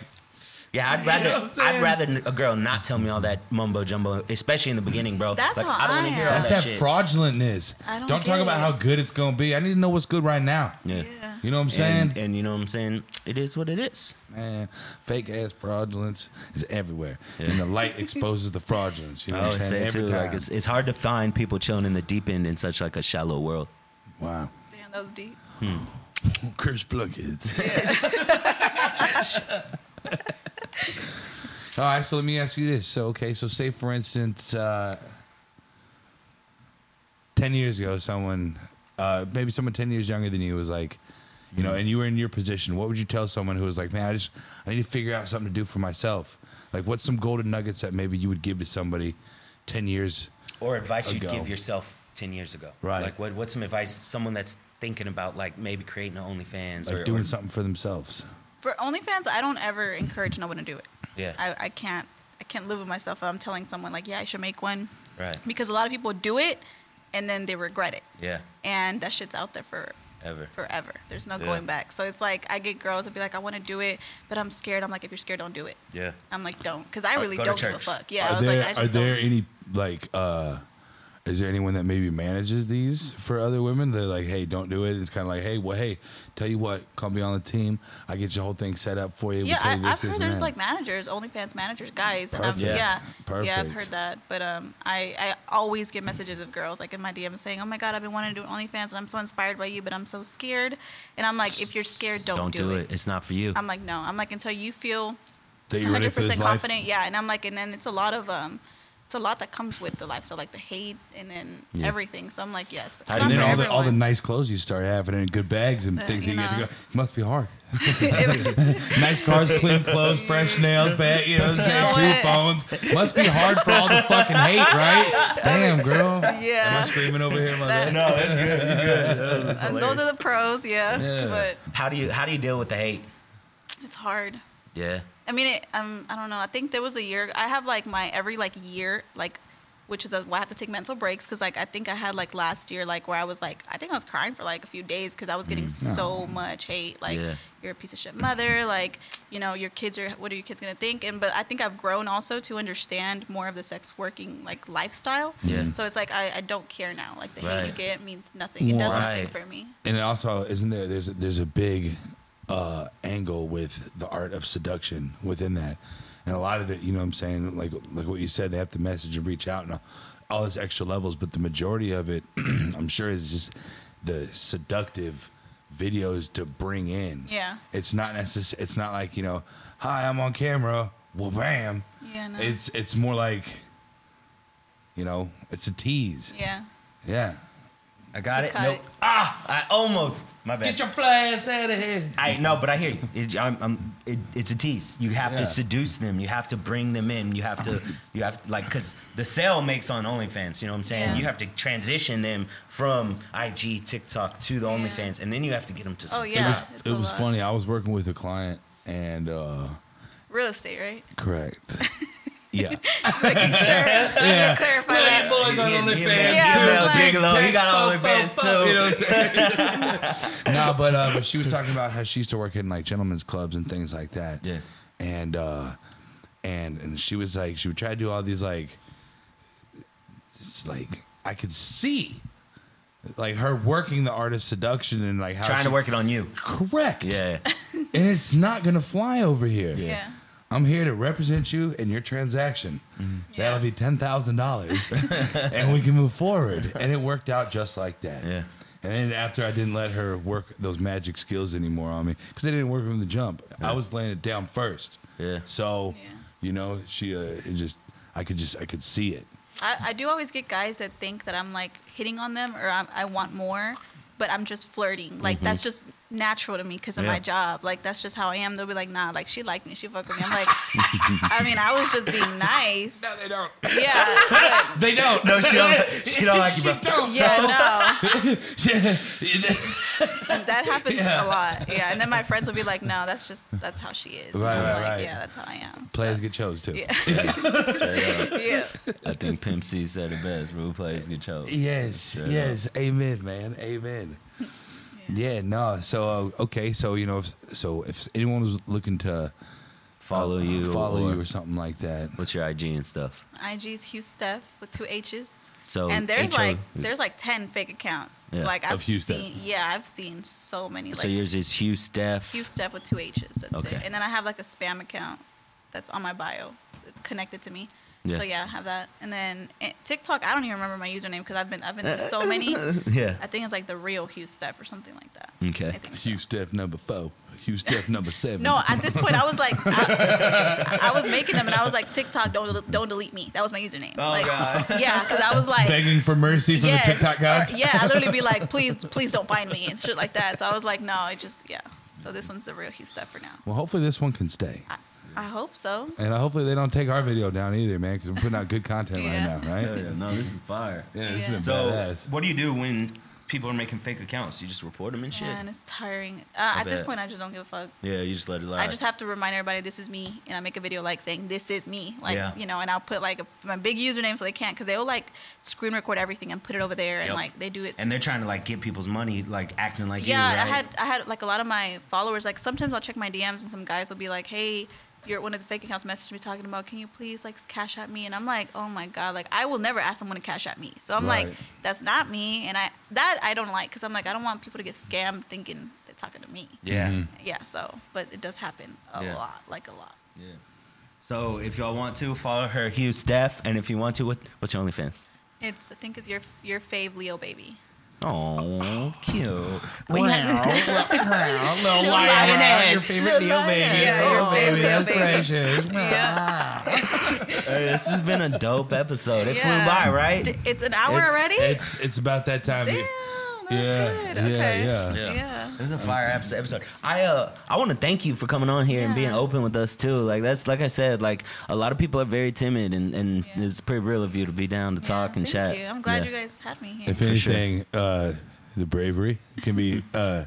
Speaker 1: Yeah, I'd rather
Speaker 2: know what I'm saying?
Speaker 1: I'd rather a girl not tell me all that mumbo jumbo, especially in the beginning, bro.
Speaker 3: That's
Speaker 1: like,
Speaker 3: how
Speaker 1: I don't wanna
Speaker 3: I
Speaker 1: hear all
Speaker 3: am.
Speaker 2: that's
Speaker 1: that,
Speaker 2: that,
Speaker 1: shit.
Speaker 2: fraudulentness.
Speaker 3: I don't
Speaker 2: don't
Speaker 3: get
Speaker 2: talk about
Speaker 3: it.
Speaker 2: how good it's gonna be. I need to know what's good right now.
Speaker 1: Yeah.
Speaker 3: yeah.
Speaker 2: You know what I'm saying?
Speaker 1: And, and you know what I'm saying? It is what it is.
Speaker 2: Man, fake ass fraudulence is everywhere, and the light exposes the fraudulence. You know
Speaker 1: I
Speaker 2: what I'm
Speaker 1: always
Speaker 2: saying?
Speaker 1: say too,
Speaker 2: Every time.
Speaker 1: like it's, it's hard to find people chilling in the deep end in such like a shallow world.
Speaker 2: wow,
Speaker 3: Damn, that was deep.
Speaker 2: curse plugins. All right, so let me ask you this. So, okay, so say for instance, uh, ten years ago, someone, uh, maybe someone ten years younger than you was like, you know, and you were in your position. What would you tell someone who was like, man, I just, I need to figure out something to do for myself. Like, what's some golden nuggets that maybe you would give to somebody ten years?
Speaker 1: Or advice you'd
Speaker 2: Ago.
Speaker 1: give yourself ten years ago.
Speaker 2: Right.
Speaker 1: Like what what's some advice someone that's thinking about like maybe creating an OnlyFans
Speaker 2: Like
Speaker 1: or
Speaker 2: doing
Speaker 1: or-
Speaker 2: something for themselves.
Speaker 3: For OnlyFans, I don't ever encourage no one to do it.
Speaker 1: Yeah.
Speaker 3: I, I can't I can't live with myself. if I'm telling someone like, yeah, I should make one.
Speaker 1: Right.
Speaker 3: Because a lot of people do it, and then they regret it.
Speaker 1: Yeah.
Speaker 3: And that shit's out there for
Speaker 1: Ever.
Speaker 3: forever. There's no
Speaker 1: Yeah.
Speaker 3: going back. So it's like I get girls that be like, I want to do it, but I'm scared. I'm like, if you're scared, don't do it.
Speaker 1: Yeah.
Speaker 3: I'm like, don't, because I
Speaker 1: Or
Speaker 3: really
Speaker 1: go to
Speaker 3: don't give a
Speaker 1: church.
Speaker 3: fuck. Yeah.
Speaker 2: are
Speaker 3: I was
Speaker 2: there,
Speaker 3: like, I
Speaker 2: are
Speaker 3: just
Speaker 2: there
Speaker 3: don't.
Speaker 2: any like uh is there anyone that maybe manages these for other women? They're like, hey, don't do it. It's kind of like, hey, well, hey, tell you what, call me on the team. I get your whole thing set up for you. We
Speaker 3: Yeah,
Speaker 2: tell
Speaker 3: I,
Speaker 2: you
Speaker 3: I've heard
Speaker 2: and
Speaker 3: there's
Speaker 2: that."
Speaker 3: like managers, OnlyFans managers, guys, and I've,
Speaker 2: Perfect.
Speaker 3: yeah, yeah, I've
Speaker 2: Perfect.
Speaker 3: heard that. But um, I, I always get messages of girls like in my DM saying, "Oh my God, I've been wanting to do an OnlyFans, and I'm so inspired by you, but I'm so scared." And I'm like, "If you're scared, don't,
Speaker 1: Don't do it. It's not for you.
Speaker 3: I'm like, "No." I'm like, until you feel
Speaker 2: that you're ready
Speaker 3: 100
Speaker 2: for this
Speaker 3: percent
Speaker 2: life.
Speaker 3: confident, yeah. And I'm like, and then it's a lot of um. It's a lot that comes with the life, so like the hate and then
Speaker 1: Yeah.
Speaker 3: everything. So I'm like, yes, it's
Speaker 2: And
Speaker 3: not
Speaker 2: then
Speaker 3: for
Speaker 2: all the, all the
Speaker 3: everyone.
Speaker 2: nice clothes you start having and good bags and
Speaker 3: Uh,
Speaker 2: things that
Speaker 3: you
Speaker 2: you get to
Speaker 3: know.
Speaker 2: go. Must be hard. nice cars, clean clothes, fresh nails, bag, you know what I'm
Speaker 3: You know
Speaker 2: saying? Two phones. Must be hard for all the fucking hate, right? Damn, girl. Am I
Speaker 3: yeah,
Speaker 2: screaming over here? My bad.
Speaker 1: no, that's good.
Speaker 3: and those are the pros, yeah.
Speaker 2: Yeah.
Speaker 3: But
Speaker 1: How do you how do you deal with the hate?
Speaker 3: it's hard.
Speaker 1: Yeah.
Speaker 3: I mean, it, um, I don't know. I think there was a year. I have like my every like year, like, which is a, why I have to take mental breaks because like I think I had like last year, like where I was like, I think I was crying for like a few days because I was getting so much hate. Like,
Speaker 1: Yeah.
Speaker 3: you're a piece of shit mother. Like, you know, your kids are. What are your kids gonna think? And but I think I've grown also to understand more of the sex working like lifestyle.
Speaker 1: Yeah.
Speaker 3: So it's like I, I don't care now. Like the hate you
Speaker 1: Right.
Speaker 3: get means nothing. It does nothing
Speaker 1: Right.
Speaker 3: for me.
Speaker 2: and also isn't there there's there's a big uh angle with the art of seduction within that and a lot of it you know what i'm saying like like what you said they have to message and reach out and all, all this extra levels but the majority of it i'm sure is just the seductive videos to bring in
Speaker 3: Yeah.
Speaker 2: it's not necess- it's not like you know hi i'm on camera well, bam.
Speaker 3: Yeah, no.
Speaker 2: It's it's more like, you know, it's a tease.
Speaker 3: Yeah.
Speaker 2: Yeah.
Speaker 1: I got
Speaker 3: You
Speaker 1: it.
Speaker 3: caught
Speaker 1: Nope.
Speaker 3: it.
Speaker 1: Ah, I almost. My bad.
Speaker 2: Get your fly ass out of here.
Speaker 1: I no, but I hear you. It, I'm, I'm, it, it's a tease. You have
Speaker 2: Yeah.
Speaker 1: to seduce them. You have to bring them in. You have to, you have like, because the sale makes on OnlyFans. You know what I'm saying?
Speaker 3: Yeah.
Speaker 1: You have to transition them from IG, TikTok to the
Speaker 3: Yeah.
Speaker 1: OnlyFans, and then you have to get them to.
Speaker 3: Oh
Speaker 1: seduce-
Speaker 3: yeah.
Speaker 2: it was,
Speaker 3: it's
Speaker 2: it
Speaker 3: a
Speaker 2: was
Speaker 3: lot.
Speaker 2: funny. I was working with a client and uh
Speaker 3: Real estate, right?
Speaker 2: correct. yeah.
Speaker 3: yeah. Clarify that.
Speaker 2: boys
Speaker 1: He- he- he-
Speaker 3: Yeah,
Speaker 1: he-
Speaker 3: I was
Speaker 1: he-
Speaker 3: like-
Speaker 1: Gigolo, He got
Speaker 2: Text,
Speaker 1: OnlyFans
Speaker 2: fuck, fuck,
Speaker 1: too.
Speaker 2: You know what I'm saying? nah, but uh, but she was talking about how she used to work in like gentlemen's clubs and things like that.
Speaker 1: Yeah.
Speaker 2: And uh, and and she was like, she would try to do all these like, it's like I could see, like her working the artist seduction and like how
Speaker 1: Trying to
Speaker 2: she-
Speaker 1: work it on you.
Speaker 2: correct.
Speaker 1: Yeah.
Speaker 2: And it's not gonna fly over here.
Speaker 3: Yeah.
Speaker 2: I'm here to represent you in your transaction.
Speaker 1: Mm-hmm.
Speaker 2: That'll be ten thousand dollars, and we can move forward. And it worked out just like that.
Speaker 1: Yeah.
Speaker 2: And then after I didn't let her work those magic skills anymore on me because they didn't work from the jump. I was laying it down first.
Speaker 1: Yeah.
Speaker 2: So,
Speaker 3: Yeah.
Speaker 2: you know, she uh, it just I could just I could see it.
Speaker 3: I, I do always get guys that think that I'm like hitting on them or I'm, I want more, but I'm just flirting. Like
Speaker 2: Mm-hmm.
Speaker 3: that's just natural to me because of
Speaker 1: Yeah.
Speaker 3: my job. Like that's just how I am. They'll be like, nah, like she liked me, she fucked with me. I'm like, I mean, I was just being nice.
Speaker 2: they don't.
Speaker 3: Yeah, but-
Speaker 2: They don't.
Speaker 1: No, she don't. She don't like you, bro.
Speaker 3: yeah, no,
Speaker 2: right,
Speaker 3: that happens
Speaker 2: Yeah.
Speaker 3: a lot. Yeah, and then my friends will be like, no, that's just that's how she is. And
Speaker 2: Right,
Speaker 3: I'm
Speaker 2: right,
Speaker 3: like,
Speaker 2: right.
Speaker 3: Yeah, that's how I am.
Speaker 2: Players get chose too.
Speaker 3: Yeah,
Speaker 1: Straight up.
Speaker 3: yeah.
Speaker 1: I think Pimp C said it best. Rule players get chose.
Speaker 2: Yes,
Speaker 1: Straight up.
Speaker 2: yes. Amen, man. Amen. Yeah, no. So uh, okay, so you know, if, so if anyone was looking to
Speaker 1: Follow
Speaker 2: uh,
Speaker 1: you.
Speaker 2: follow
Speaker 1: or-
Speaker 2: you, or something like that,
Speaker 1: What's your IG and stuff?
Speaker 3: IG's Hugh Steph with two H's.
Speaker 1: So,
Speaker 3: and there's
Speaker 1: HO
Speaker 3: like there's like ten fake accounts.
Speaker 1: Yeah,
Speaker 3: like I've
Speaker 2: of Hugh Steph.
Speaker 3: seen, yeah, I've seen so many. Like
Speaker 1: So yours is Hugh Steph.
Speaker 3: Hugh Steph with two H's. That's
Speaker 1: Okay.
Speaker 3: it. And then I have like a spam account that's on my bio. It's connected to me.
Speaker 1: Yeah.
Speaker 3: So yeah, I have that. And then eh, TikTok, I don't even remember my username because I've been I've been through so many.
Speaker 1: Yeah.
Speaker 3: I think it's like the real Hugh Steph or something like that.
Speaker 1: Okay.
Speaker 3: I think so.
Speaker 2: Hugh Steph number four, Hugh Steph number seven.
Speaker 3: No, at this point I was like, I, I was making them, and I was like, TikTok, don't don't delete me. That was my username.
Speaker 1: Oh,
Speaker 3: like,
Speaker 1: God.
Speaker 3: Yeah, because I was like,
Speaker 2: begging for mercy from
Speaker 3: Yes.
Speaker 2: the TikTok guys.
Speaker 3: Or- yeah, I literally be like, please, please don't find me and shit like that. So I was like, no, I just yeah. So this one's the real Hugh stuff for now.
Speaker 2: Well, hopefully this one can stay,
Speaker 3: I, I hope so.
Speaker 2: and uh, hopefully they don't take our video down either, man, because we're putting out good content
Speaker 3: Yeah.
Speaker 2: right now, right?
Speaker 1: Hell yeah, No, this is fire.
Speaker 2: Yeah, it's
Speaker 3: Yeah.
Speaker 2: been
Speaker 1: So,
Speaker 2: badass.
Speaker 1: what do you do when people are making fake accounts? You just report them and shit.
Speaker 3: And it's tiring. Uh, at this
Speaker 1: bet.
Speaker 3: point, I just don't give a fuck.
Speaker 1: Yeah, you just let it lie.
Speaker 3: I just have to remind everybody this is me, and I make a video like saying this is me, like
Speaker 1: Yeah.
Speaker 3: you know, and I'll put like a, my big username so they can't, because they'll like screen record everything and put it over there, and
Speaker 1: Yep.
Speaker 3: like they do it.
Speaker 1: and they're trying to like get people's money, like acting like
Speaker 3: yeah,
Speaker 1: you.
Speaker 3: I
Speaker 1: right?
Speaker 3: had I had like a lot of my followers. Like sometimes I'll check my DMs and some guys will be like, "Hey, you're one of the fake accounts messaged me talking about. Can you please like cash at me?" And I'm like, "Oh my god!" Like I will never ask someone to cash at me. So I'm
Speaker 2: Right.
Speaker 3: like, "That's not me." And I that I don't like because I'm like I don't want people to get scammed thinking they're talking to me.
Speaker 1: Yeah.
Speaker 3: Yeah. So, but it does happen a
Speaker 1: Yeah.
Speaker 3: lot, like a lot.
Speaker 1: Yeah. So, if y'all want to follow her, Hugh Steph, and if you want to, what, what's your OnlyFans?
Speaker 3: It's I think it's your your fave Leo baby.
Speaker 1: Oh, cute.
Speaker 4: Wow. wow. Little lion ass. Your favorite Leo baby.
Speaker 3: Yeah, your
Speaker 4: oh,
Speaker 3: favorite Leo
Speaker 4: that's
Speaker 3: baby.
Speaker 4: precious.
Speaker 3: Yeah.
Speaker 4: Wow.
Speaker 1: Hey, this has been a dope episode. It
Speaker 3: Yeah.
Speaker 1: flew by, right?
Speaker 3: D- It's an hour
Speaker 1: It's-
Speaker 3: already.
Speaker 2: It's it's about that time.
Speaker 3: Damn, that's
Speaker 2: Yeah,
Speaker 3: good.
Speaker 2: yeah,
Speaker 3: Okay.
Speaker 2: yeah.
Speaker 1: Yeah.
Speaker 3: yeah.
Speaker 1: This is a fire episode. episode. I uh, I want to thank you for coming on here and being
Speaker 3: Yeah.
Speaker 1: open with us too. Like that's like I said, like a lot of people are very timid, and and
Speaker 3: Yeah.
Speaker 1: it's pretty real of you to be down to talk and
Speaker 3: thank
Speaker 1: chat.
Speaker 3: You. I'm glad
Speaker 1: Yeah.
Speaker 3: you guys had me here.
Speaker 2: If
Speaker 1: sure.
Speaker 2: anything, uh, the bravery can be uh,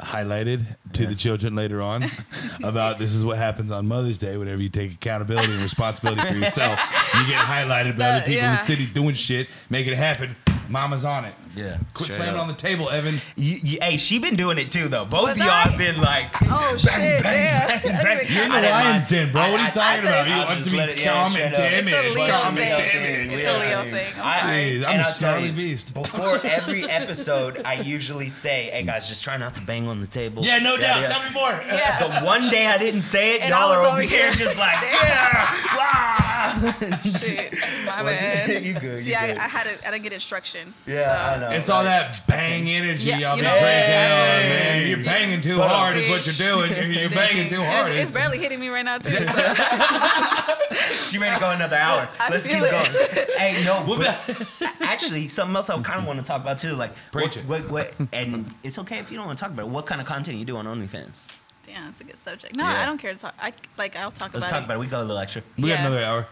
Speaker 2: highlighted to the children later on about this is what happens on Mother's Day whenever you take accountability and responsibility for yourself. You get highlighted by
Speaker 3: Uh,
Speaker 2: other people in
Speaker 3: yeah.
Speaker 2: the city doing shit, making it happen. Mama's on it.
Speaker 1: Yeah,
Speaker 2: Quit
Speaker 1: straight
Speaker 2: slamming
Speaker 1: up.
Speaker 2: on the table, Evan.
Speaker 1: You, you, hey, she been doing it too though. Both
Speaker 3: Was
Speaker 1: of y'all
Speaker 3: I?
Speaker 1: have been like.
Speaker 3: Oh shit! damn. I didn't
Speaker 2: You're
Speaker 3: even
Speaker 2: in
Speaker 3: count.
Speaker 2: the
Speaker 1: didn't
Speaker 2: lion's
Speaker 1: mind.
Speaker 2: den, bro. What
Speaker 1: I-
Speaker 2: are you
Speaker 1: I-
Speaker 3: I
Speaker 2: talking
Speaker 3: said
Speaker 2: about?
Speaker 3: it's-
Speaker 2: You
Speaker 3: I
Speaker 2: want
Speaker 1: just
Speaker 2: to be
Speaker 1: let it- yeah,
Speaker 2: calm
Speaker 1: straight
Speaker 2: and
Speaker 1: up.
Speaker 2: timid.
Speaker 3: It's a Leo
Speaker 2: Calm and
Speaker 3: thing.
Speaker 2: timid.
Speaker 3: It's
Speaker 2: Yeah.
Speaker 3: a Leo thing. I'm
Speaker 1: I,
Speaker 3: sorry.
Speaker 2: Jeez,
Speaker 1: and
Speaker 2: I'm
Speaker 1: I'll tell
Speaker 2: sorry,
Speaker 1: you,
Speaker 2: beast.
Speaker 1: Before every episode, I usually say, "Hey guys, just try not to bang on the table."
Speaker 2: Yeah, no
Speaker 1: Yada,
Speaker 2: doubt.
Speaker 1: yada.
Speaker 2: Tell me more.
Speaker 3: Yeah.
Speaker 1: The one day I didn't say it,
Speaker 3: And I
Speaker 1: y'all
Speaker 3: was
Speaker 1: are
Speaker 3: over
Speaker 1: over here
Speaker 3: here.
Speaker 1: just like, yeah, wow.
Speaker 3: Shit, my
Speaker 1: What's-
Speaker 3: bad.
Speaker 1: You good, you
Speaker 3: See, I,
Speaker 1: good.
Speaker 3: I had to, I didn't get instruction.
Speaker 1: Yeah, I know.
Speaker 2: It's all that bang energy
Speaker 3: Yeah,
Speaker 2: y'all
Speaker 3: you
Speaker 2: been
Speaker 3: know-
Speaker 2: drinking,
Speaker 3: Yeah.
Speaker 2: on, man. You're banging too
Speaker 1: But-
Speaker 2: hard is what you're doing. You're, you're banging too
Speaker 3: And
Speaker 2: hard.
Speaker 3: It's, it's barely hitting me right now too. So
Speaker 1: She ready to go another hour.
Speaker 3: I
Speaker 1: Let's keep
Speaker 3: feel
Speaker 1: going. hey, no, but actually, something else I kind of want to talk about too. Like,
Speaker 2: Preach it.
Speaker 1: what, what, what, and it's okay if you don't want to talk about it. What kind of content you do on OnlyFans?
Speaker 3: damn, it's a good subject. No,
Speaker 1: Yeah.
Speaker 3: I don't care to talk. I like, I'll talk
Speaker 1: Let's
Speaker 3: about
Speaker 1: talk
Speaker 3: it.
Speaker 1: about it. We go a little extra.
Speaker 2: we got
Speaker 3: yeah.
Speaker 2: another hour.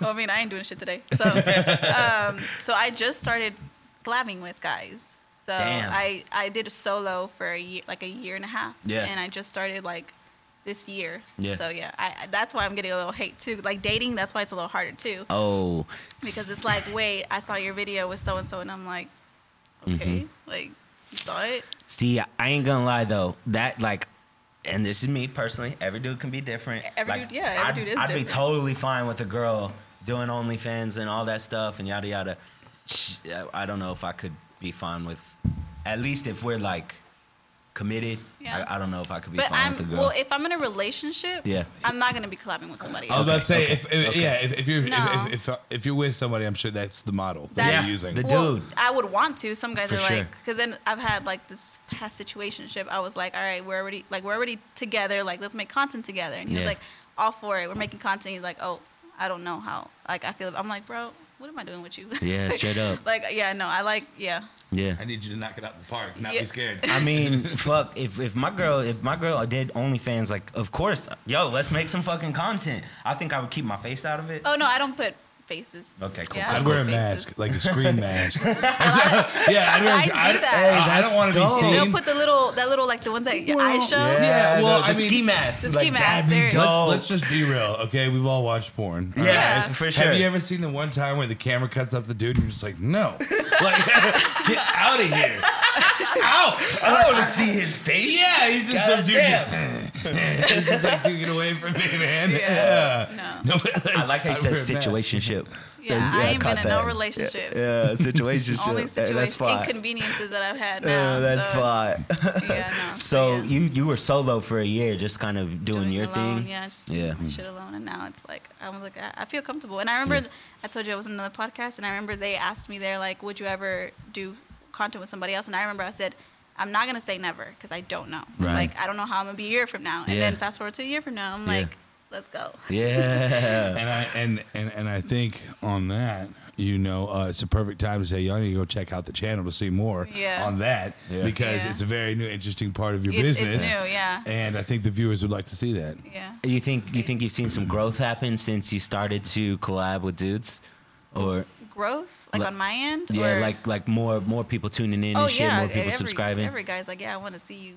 Speaker 3: well, I mean, I ain't doing shit today. So, um, so I just started glamming with guys. So
Speaker 1: Damn.
Speaker 3: I I did a solo for a year, like a year and a half.
Speaker 1: Yeah.
Speaker 3: And I just started like this year.
Speaker 1: Yeah.
Speaker 3: So yeah, I I- that's why I'm getting a little hate too. Like dating, that's why it's a little harder too.
Speaker 1: Oh,
Speaker 3: Because it's like, wait, I saw your video with so and so, and I'm like,
Speaker 1: Mm-hmm.
Speaker 3: okay, like you saw it.
Speaker 1: see, I ain't gonna lie though. That like. And this is me personally. Every dude can be different.
Speaker 3: Every
Speaker 1: Like,
Speaker 3: dude- yeah, every
Speaker 1: I'd,
Speaker 3: dude is
Speaker 1: I'd
Speaker 3: different.
Speaker 1: be totally fine with a girl doing OnlyFans and all that stuff and yada yada. Sh- I don't know if I could be fine with. At least if we're like committed,
Speaker 3: Yeah.
Speaker 1: I, I don't know if I could be
Speaker 3: But
Speaker 1: fine with a
Speaker 3: I'm
Speaker 1: girl.
Speaker 3: well, if I'm in a relationship,
Speaker 1: Yeah.
Speaker 3: I'm not gonna be collabing with somebody.
Speaker 2: I was
Speaker 3: else.
Speaker 2: about to say, if, if, yeah, if, if you're
Speaker 3: No.
Speaker 2: if, if, if if you're with somebody, I'm sure that's the model that
Speaker 3: That's-
Speaker 2: you're using.
Speaker 1: The-
Speaker 3: Well,
Speaker 1: dude.
Speaker 3: I would want to. Some guys
Speaker 1: For
Speaker 3: are
Speaker 1: sure.
Speaker 3: like, because then I've had like this past situationship. I was like, all right, we're already like we're already together. Like let's make content together. And he was
Speaker 1: Yeah.
Speaker 3: like, all for it. We're making content. He's like, oh, I don't know how. Like I feel. I'm like, bro, what am I doing with you?
Speaker 1: Yeah, straight up.
Speaker 3: like yeah, no, I like yeah.
Speaker 1: Yeah.
Speaker 2: I need you to knock it out the park, not
Speaker 3: Yeah.
Speaker 2: be scared.
Speaker 1: I mean, fuck. If if my girl if my girl did OnlyFans, like of course, yo, let's make some fucking content. I think I would keep my face out of it.
Speaker 3: Oh no, I don't put faces.
Speaker 1: Okay, cool.
Speaker 3: Yeah, I
Speaker 2: I'd
Speaker 3: don't
Speaker 2: wear a
Speaker 3: put faces.
Speaker 2: mask, like a screen mask. yeah, I'd wear.
Speaker 3: Guys
Speaker 2: I,
Speaker 3: do that.
Speaker 2: I, I don't want to
Speaker 1: That's
Speaker 2: be
Speaker 1: dope.
Speaker 2: seen.
Speaker 3: They'll put the little that little like the ones that your eyes show.
Speaker 1: Yeah,
Speaker 2: Yeah, well,
Speaker 1: the,
Speaker 2: I
Speaker 1: the
Speaker 2: mean-
Speaker 1: ski mask.
Speaker 3: The
Speaker 1: like,
Speaker 3: ski mask,
Speaker 1: that'd be
Speaker 3: there it is.
Speaker 1: dope.
Speaker 2: Let's just be real, okay? We've all watched porn. all
Speaker 1: yeah,
Speaker 3: Yeah.
Speaker 1: for sure.
Speaker 2: Have you ever seen the one time where the camera cuts up the dude and you're just like, no, like get out of here, out,
Speaker 1: I want to see his face.
Speaker 2: Yeah, he's just some dude.
Speaker 1: Goddamn.
Speaker 2: Just, he's just like, dude, get away from me, man.
Speaker 3: Yeah.
Speaker 2: No, but,
Speaker 1: I like how you
Speaker 2: I'd
Speaker 1: said
Speaker 2: wear a mask.
Speaker 1: situationship.
Speaker 3: Yeah, I ain't
Speaker 1: caught
Speaker 3: been in no
Speaker 1: that.
Speaker 3: relationships.
Speaker 1: Yeah, yeah situationship.
Speaker 3: Only
Speaker 1: Hey, that's
Speaker 3: situation
Speaker 1: fine.
Speaker 3: inconveniences that I've had now.
Speaker 1: Uh, that's
Speaker 3: so it's-
Speaker 1: fine.
Speaker 3: Yeah, no.
Speaker 1: So
Speaker 3: yeah.
Speaker 1: you you were solo for a year, just kind of doing, your
Speaker 3: alone.
Speaker 1: thing.
Speaker 3: Yeah, just
Speaker 1: Yeah.
Speaker 3: doing my shit alone. And now it's like I'm like I, I feel comfortable. And I remember th- I told you I was in another podcast, and I remember they asked me they're like, would you ever do content with somebody else? And I remember I said. I'm not gonna say never because I don't know.
Speaker 1: Right.
Speaker 3: Like I don't know how I'm gonna be a year from now. And
Speaker 1: Yeah.
Speaker 3: then fast forward to a year from now, I'm
Speaker 1: Yeah.
Speaker 3: like, let's go.
Speaker 1: Yeah.
Speaker 2: And I and, and and I think on that, you know, uh, it's a perfect time to say y'all need to go check out the channel to see more
Speaker 3: Yeah.
Speaker 2: on that
Speaker 1: Yeah.
Speaker 2: because
Speaker 3: Yeah.
Speaker 2: it's a very new, interesting part of your
Speaker 3: It's- it's
Speaker 2: business.
Speaker 3: new, yeah.
Speaker 2: And I think the viewers would like to see that.
Speaker 3: Yeah.
Speaker 1: You think you think you've seen some growth happen since you started to collab with dudes, or
Speaker 3: Growth, like
Speaker 1: Like-
Speaker 3: on my end.
Speaker 1: yeah,
Speaker 3: or,
Speaker 1: like like more more people tuning in
Speaker 3: oh
Speaker 1: and shit,
Speaker 3: yeah,
Speaker 1: more people
Speaker 3: every,
Speaker 1: subscribing.
Speaker 3: Every guy's like, yeah, I want to see you.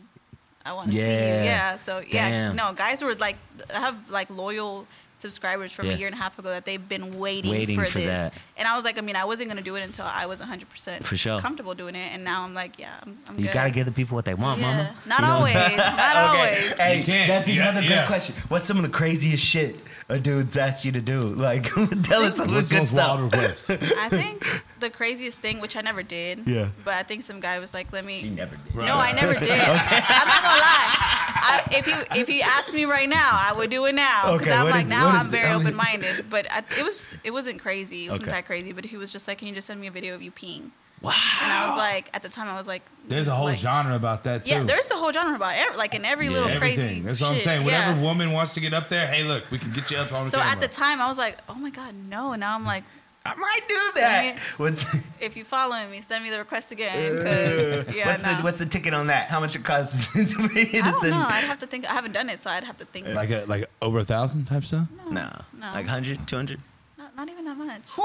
Speaker 3: I want to see
Speaker 1: Yeah.
Speaker 3: you. Yeah. So yeah,
Speaker 1: Damn.
Speaker 3: no, guys were like, I have like loyal subscribers from
Speaker 1: Yeah.
Speaker 3: a year and a half ago that they've been waiting,
Speaker 1: Waiting
Speaker 3: for,
Speaker 1: for
Speaker 3: this.
Speaker 1: that.
Speaker 3: And I was like, I mean, I wasn't gonna do it until I was 100 percent
Speaker 1: For sure.
Speaker 3: comfortable doing it. And now I'm like, yeah, I'm, I'm
Speaker 1: you
Speaker 3: good.
Speaker 1: gotta give the people what they want,
Speaker 3: Yeah.
Speaker 1: mama.
Speaker 3: Not
Speaker 1: You know?
Speaker 3: always. Not always.
Speaker 1: Hey,
Speaker 2: You can't.
Speaker 1: that's
Speaker 2: Yeah,
Speaker 1: another
Speaker 2: yeah.
Speaker 1: good question. What's some of the craziest shit a dude's asked you to do? Like, tell us some of
Speaker 2: What's
Speaker 1: the
Speaker 2: the
Speaker 1: good
Speaker 2: most wild
Speaker 1: stuff.
Speaker 2: request?
Speaker 3: I think the craziest thing, which I never did.
Speaker 1: Yeah.
Speaker 3: But I think some guy was like, let me.
Speaker 1: She never did.
Speaker 2: Right.
Speaker 3: No, I never did. I'm not gonna lie. I, if you if you asked me right now, I would do it now because
Speaker 1: Okay,
Speaker 3: I'm
Speaker 1: what
Speaker 3: like
Speaker 1: is-
Speaker 3: now
Speaker 1: what
Speaker 3: I'm
Speaker 1: is-
Speaker 3: very open minded. But I, it was it wasn't crazy. It wasn't
Speaker 1: Okay.
Speaker 3: that crazy. But he was just like, can you just send me a video of you peeing?
Speaker 1: Wow.
Speaker 3: And I was like, at the time, I was like,
Speaker 2: There's a whole
Speaker 3: like-
Speaker 2: genre about that too.
Speaker 3: Yeah, there's a whole genre about it, like in every little
Speaker 2: everything.
Speaker 3: crazy.
Speaker 2: That's what I'm
Speaker 3: shit,
Speaker 2: saying.
Speaker 3: yeah.
Speaker 2: Whatever woman wants to get up there, hey, look, we can get you up on
Speaker 3: So
Speaker 2: camera.
Speaker 3: at the time, I was like, oh my god, no. And now I'm like,
Speaker 1: I might do
Speaker 3: Send
Speaker 1: that.
Speaker 3: me-
Speaker 1: What's
Speaker 3: if you following me, send me the request again. 'cause, yeah,
Speaker 1: what's
Speaker 3: no.
Speaker 1: the what's the ticket on that? How much it costs? to read
Speaker 3: I don't
Speaker 1: the-
Speaker 3: know. I'd have to think. I haven't done it, so I'd have to think.
Speaker 2: like a, like over a thousand type stuff.
Speaker 1: No.
Speaker 3: No.
Speaker 1: Like 100, 200?
Speaker 3: not, not even that much.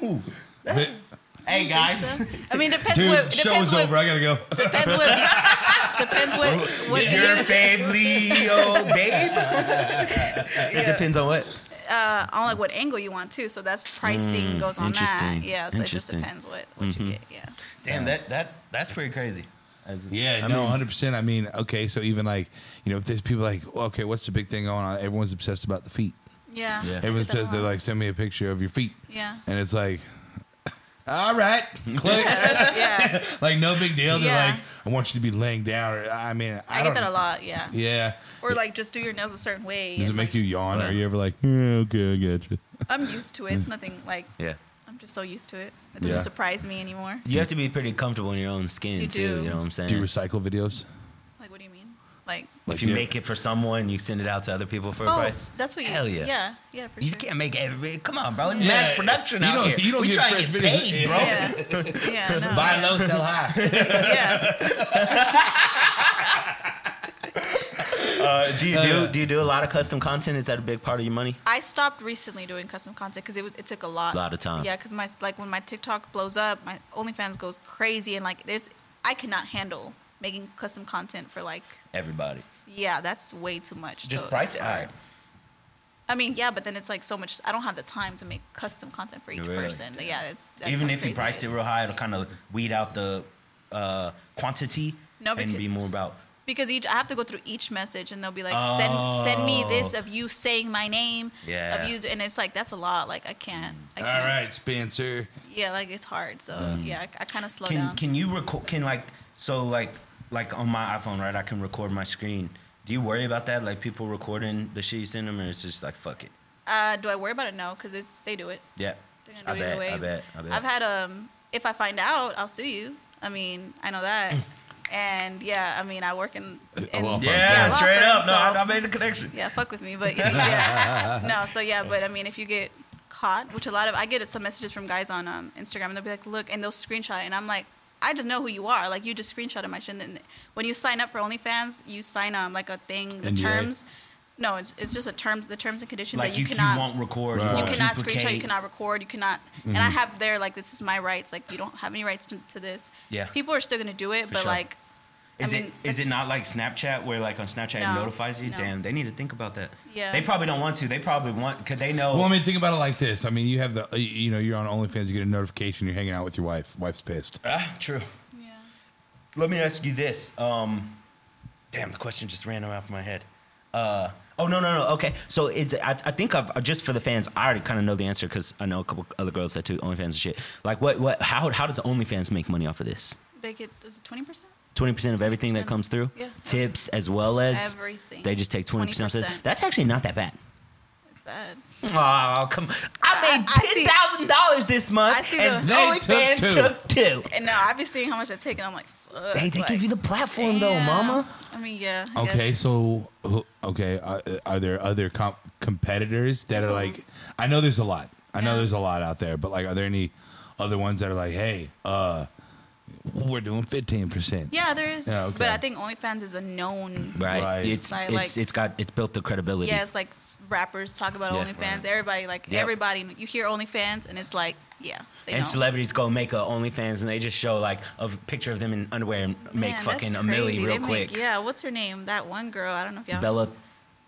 Speaker 1: Ooh.
Speaker 2: The-
Speaker 1: Hey guys.
Speaker 3: So- I mean, depends
Speaker 2: dude,
Speaker 3: what depends
Speaker 2: show's
Speaker 3: what,
Speaker 2: over. I gotta go.
Speaker 3: depends what depends what what
Speaker 1: Your
Speaker 3: view,
Speaker 1: family, oh babe. It depends on what.
Speaker 3: uh, on like what angle you want too. So that's pricing goes on that.
Speaker 1: Mm, interesting,
Speaker 3: Yeah, so it just
Speaker 1: interesting. Mm-hmm.
Speaker 3: depends what what you get. Yeah.
Speaker 1: Damn, that that that's pretty crazy.
Speaker 2: Yeah, no, hundred percent. I mean, okay, so even like, you know, if there's people like, well, okay, what's the big thing going on? Everyone's obsessed about the feet.
Speaker 3: Yeah.
Speaker 1: Yeah.
Speaker 2: Everyone's
Speaker 3: Put them
Speaker 2: obsessed. They're
Speaker 3: on.
Speaker 2: like, send me a picture of your feet,
Speaker 3: Yeah.
Speaker 2: and it's like, all right, click.
Speaker 3: yeah,
Speaker 2: like no big deal. They're
Speaker 3: Yeah.
Speaker 2: like, I want you to be laying down. Or, I mean, I,
Speaker 3: I
Speaker 2: don't,
Speaker 3: get that a lot. Yeah.
Speaker 2: Yeah.
Speaker 3: Or like just do your nails a certain way.
Speaker 2: Does it
Speaker 3: and,
Speaker 2: make
Speaker 3: like,
Speaker 2: you yawn? Are you ever like, yeah, okay, I get you.
Speaker 3: I'm used to it. It's nothing like
Speaker 1: Mm. Yeah.
Speaker 3: I'm just so used to it. It doesn't
Speaker 2: Yeah.
Speaker 3: surprise me anymore.
Speaker 1: You have to be pretty comfortable in your own skin
Speaker 3: You
Speaker 1: too.
Speaker 3: do.
Speaker 1: You know what I'm saying?
Speaker 2: Do you recycle videos?
Speaker 3: Like what do you mean? Like
Speaker 1: if you
Speaker 2: do-
Speaker 1: make it for someone, you send it out to other people for a
Speaker 3: oh,
Speaker 1: price.
Speaker 3: that's what you.
Speaker 1: Hell yeah.
Speaker 3: Yeah, yeah, for
Speaker 1: You
Speaker 3: sure.
Speaker 1: can't make every. Come on, bro. It's
Speaker 2: Yeah.
Speaker 1: mass production
Speaker 2: You
Speaker 1: out
Speaker 2: don't-
Speaker 1: here.
Speaker 2: you don't
Speaker 1: we
Speaker 2: get
Speaker 1: try and
Speaker 2: fresh
Speaker 1: get
Speaker 2: videos.
Speaker 1: paid, bro.
Speaker 3: Yeah, yeah, no,
Speaker 1: Buy low, sell high.
Speaker 3: yeah.
Speaker 1: Uh, do you
Speaker 2: Yeah.
Speaker 1: do do you do a lot of custom content? Is that a big part of your money?
Speaker 3: I stopped recently doing custom content because it, was- it took a lot.
Speaker 1: Lot of time.
Speaker 3: Yeah, because my like when my TikTok blows up, my OnlyFans goes crazy, and like there's I cannot handle making custom content for like
Speaker 1: Everybody.
Speaker 3: yeah, that's way too much.
Speaker 1: Just
Speaker 3: so
Speaker 1: price it
Speaker 3: it's
Speaker 1: higher.
Speaker 3: hard. I mean, yeah, but then it's like so much. I don't have the time to make custom content for each
Speaker 1: Really?
Speaker 3: person. Yeah, it's that's
Speaker 1: Even
Speaker 3: how
Speaker 1: if you
Speaker 3: crazy
Speaker 1: priced it
Speaker 3: is.
Speaker 1: real high, it'll kind of weed out the uh, quantity
Speaker 3: No,
Speaker 1: and
Speaker 3: because-
Speaker 1: be more about.
Speaker 3: because each I have to go through each message and they'll be like send send me this of you saying my name
Speaker 1: Oh. Yeah. Mm.
Speaker 3: of you and it's like that's a lot like I can't I
Speaker 2: All
Speaker 3: can't
Speaker 2: right, Spencer.
Speaker 3: yeah like it's hard so yeah I, I kind of slow
Speaker 1: Can
Speaker 3: down
Speaker 1: can you record? Can like so like like on my iPhone, right? I can record my screen. Do you worry about that? Like people recording the shit you send them, or it's just like fuck it.
Speaker 3: uh, do I worry about it no because it's they do it
Speaker 1: Yeah.
Speaker 3: they're
Speaker 1: I
Speaker 3: gonna do it
Speaker 1: bet,
Speaker 3: anyway
Speaker 1: I bet. I bet.
Speaker 3: I've had um if I find out I'll sue you I mean I know that and yeah I mean I work in, in
Speaker 2: law firm.
Speaker 1: yeah,
Speaker 3: law
Speaker 1: straight
Speaker 3: firm,
Speaker 1: up. No,
Speaker 3: so-
Speaker 1: I, I made the connection.
Speaker 3: yeah, fuck with me, but yeah, no. So yeah, but I mean, if you get caught, which a lot of I get some messages from guys on um, Instagram, and they'll be like, "Look," and they'll screenshot it, and I'm like, "I just know who you are. Like, you just screenshotted my shit." And then when you sign up for OnlyFans, you sign um like a thing, the
Speaker 2: NDA.
Speaker 3: terms. No, it's, it's just a terms, the terms and conditions
Speaker 1: Like
Speaker 3: that you,
Speaker 1: you,
Speaker 3: cannot.
Speaker 1: you won't record.
Speaker 2: Right.
Speaker 1: You,
Speaker 3: you
Speaker 1: won't
Speaker 3: cannot
Speaker 1: Uh,
Speaker 3: screenshot. You
Speaker 1: duplicate. Mm-hmm.
Speaker 3: cannot record. You cannot. And I have there like this is my rights. Like you don't have any rights to, to this.
Speaker 1: Yeah.
Speaker 3: People are still gonna do it, but
Speaker 1: sure.
Speaker 3: like,
Speaker 1: Is
Speaker 3: I
Speaker 1: it
Speaker 3: mean,
Speaker 1: is
Speaker 3: that's-
Speaker 1: it not like Snapchat where like on Snapchat it
Speaker 3: No,
Speaker 1: notifies you?
Speaker 3: no.
Speaker 1: Damn, they need to think about that.
Speaker 3: Yeah.
Speaker 1: They probably don't want to. They probably want because they know.
Speaker 2: Well, I mean, think about it like this. I mean, you have the, you- you know, you're on OnlyFans, you get a notification, you're hanging out with your wife. Wife's pissed.
Speaker 1: Ah, true.
Speaker 3: yeah.
Speaker 1: Let me ask you this. Um, damn, the question just ran around my head. Uh, oh no no no. Okay, so it's I, I think I've uh, just for the fans. I already kind of know the answer because I know a couple other girls that do OnlyFans and shit. Like what what how how does OnlyFans make money off of this?
Speaker 3: They get is it twenty percent?
Speaker 1: Twenty percent of everything that comes through,
Speaker 3: Yeah.
Speaker 1: tips as well as
Speaker 3: Everything.
Speaker 1: They just take twenty percent.
Speaker 3: 20%.
Speaker 1: That's actually not that bad.
Speaker 3: It's bad.
Speaker 1: Oh come! I made
Speaker 3: I- I see-
Speaker 1: ten thousand dollars this month,
Speaker 3: I see
Speaker 1: and
Speaker 3: the-
Speaker 2: They took
Speaker 1: OnlyFans
Speaker 2: two.
Speaker 1: took two.
Speaker 3: And now I've been seeing how much I take, and I'm like, fuck.
Speaker 1: Hey, they
Speaker 3: like,
Speaker 1: give you the platform though,
Speaker 3: damn.
Speaker 1: mama.
Speaker 3: I mean, yeah. I guess.
Speaker 2: Okay, so who- okay, uh, are there other com- competitors that are like? I know there's a lot. I know
Speaker 3: Yeah.
Speaker 2: there's a lot out there, but like, are there any other ones that are like, hey, uh, we're doing fifteen percent?
Speaker 3: Yeah, there is.
Speaker 2: Yeah, okay.
Speaker 3: But I think OnlyFans is a known.
Speaker 1: Right.
Speaker 2: Right.
Speaker 1: It's,
Speaker 3: Like-
Speaker 1: it's it's got it's built the credibility.
Speaker 3: Yeah, it's like rappers talk about
Speaker 1: Yeah.
Speaker 3: OnlyFans. Everybody, like,
Speaker 1: Yep.
Speaker 3: everybody, you hear OnlyFans, and it's like, yeah. They
Speaker 1: and
Speaker 3: know.
Speaker 1: celebrities go make a OnlyFans and they just show like a picture of them in underwear and make
Speaker 3: Man, that's
Speaker 1: fucking a
Speaker 3: crazy.
Speaker 1: milli
Speaker 3: They
Speaker 1: real
Speaker 3: make-
Speaker 1: quick.
Speaker 3: yeah, what's her name? That one girl. I don't know if y'all.
Speaker 1: Bella
Speaker 3: Her,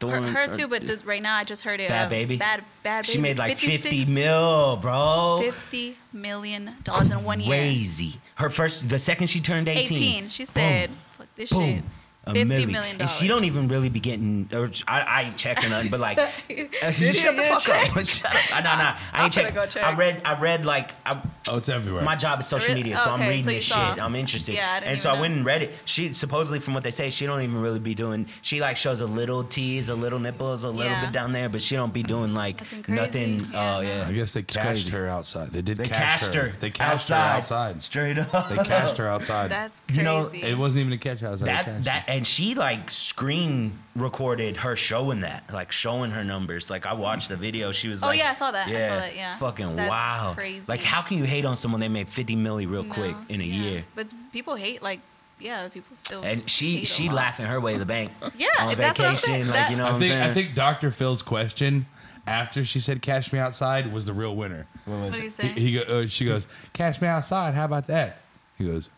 Speaker 1: Thorne.
Speaker 3: her
Speaker 1: or-
Speaker 3: too, but this, right now I just heard it.
Speaker 1: Bad
Speaker 3: um,
Speaker 1: Baby?
Speaker 3: Bad, bad baby.
Speaker 1: she made like
Speaker 3: 56
Speaker 1: 50 mil, bro.
Speaker 3: $50 million dollars in one year.
Speaker 1: Crazy. Her first, the second she turned 18.
Speaker 3: 18. She said, fuck this shit.
Speaker 1: Boom. A
Speaker 3: $50
Speaker 1: milli.
Speaker 3: million
Speaker 1: And she don't even really be getting, or I, I ain't checking nothing, but like, uh, shut the
Speaker 3: you
Speaker 1: fuck up. Shut up. I, nah, nah, I
Speaker 3: I'm
Speaker 1: ain't
Speaker 3: finna
Speaker 1: checking.
Speaker 3: go check.
Speaker 1: I read, I read like, I,
Speaker 2: Oh, it's everywhere.
Speaker 1: My job is social
Speaker 3: Really?
Speaker 1: media, so I'm
Speaker 3: Okay,
Speaker 1: reading
Speaker 3: so you
Speaker 1: this
Speaker 3: saw.
Speaker 1: shit. I'm interested.
Speaker 3: Yeah, I didn't
Speaker 1: and so
Speaker 3: even
Speaker 1: I went
Speaker 3: know.
Speaker 1: and read it. She supposedly, from what they say, she don't even really be doing. She like shows a little tease, a little nipples, a little
Speaker 3: Yeah.
Speaker 1: bit down there, but she don't be doing like
Speaker 3: Nothing crazy.
Speaker 1: nothing.
Speaker 3: Yeah,
Speaker 1: oh
Speaker 3: no.
Speaker 1: yeah,
Speaker 2: I guess they
Speaker 1: It's
Speaker 2: cashed
Speaker 1: crazy.
Speaker 2: her outside. They did
Speaker 1: They
Speaker 2: cash
Speaker 1: cashed
Speaker 2: her.
Speaker 1: her.
Speaker 2: They cashed her outside.
Speaker 1: Straight up.
Speaker 2: They cashed her outside.
Speaker 3: That's crazy.
Speaker 1: You know,
Speaker 2: it wasn't even a catch outside. they
Speaker 1: that
Speaker 2: cashed
Speaker 1: that and she like screen recorded her showing that like showing her numbers like i watched the video she was
Speaker 3: Oh,
Speaker 1: like
Speaker 3: yeah, I saw that. I saw that, yeah.
Speaker 1: fucking
Speaker 3: That's
Speaker 1: wow
Speaker 3: crazy.
Speaker 1: like how can you hate on someone they made 50 milli real
Speaker 3: No,
Speaker 1: quick in a
Speaker 3: yeah.
Speaker 1: year
Speaker 3: But people hate like yeah, people still.
Speaker 1: and she
Speaker 3: hate a
Speaker 1: she
Speaker 3: lot.
Speaker 1: laughing her way to the bank.
Speaker 3: Yeah,
Speaker 1: on
Speaker 3: that's what I'm saying.
Speaker 1: vacation, like
Speaker 3: That-
Speaker 1: you know
Speaker 2: I
Speaker 1: what
Speaker 2: think
Speaker 1: I'm saying.
Speaker 2: I think Dr. Phil's question after she said "cash me outside" was the real winner.
Speaker 3: What do you
Speaker 2: He,
Speaker 3: say?
Speaker 2: he go, uh, she goes, "Cash me outside." "Uh, How about that? He goes,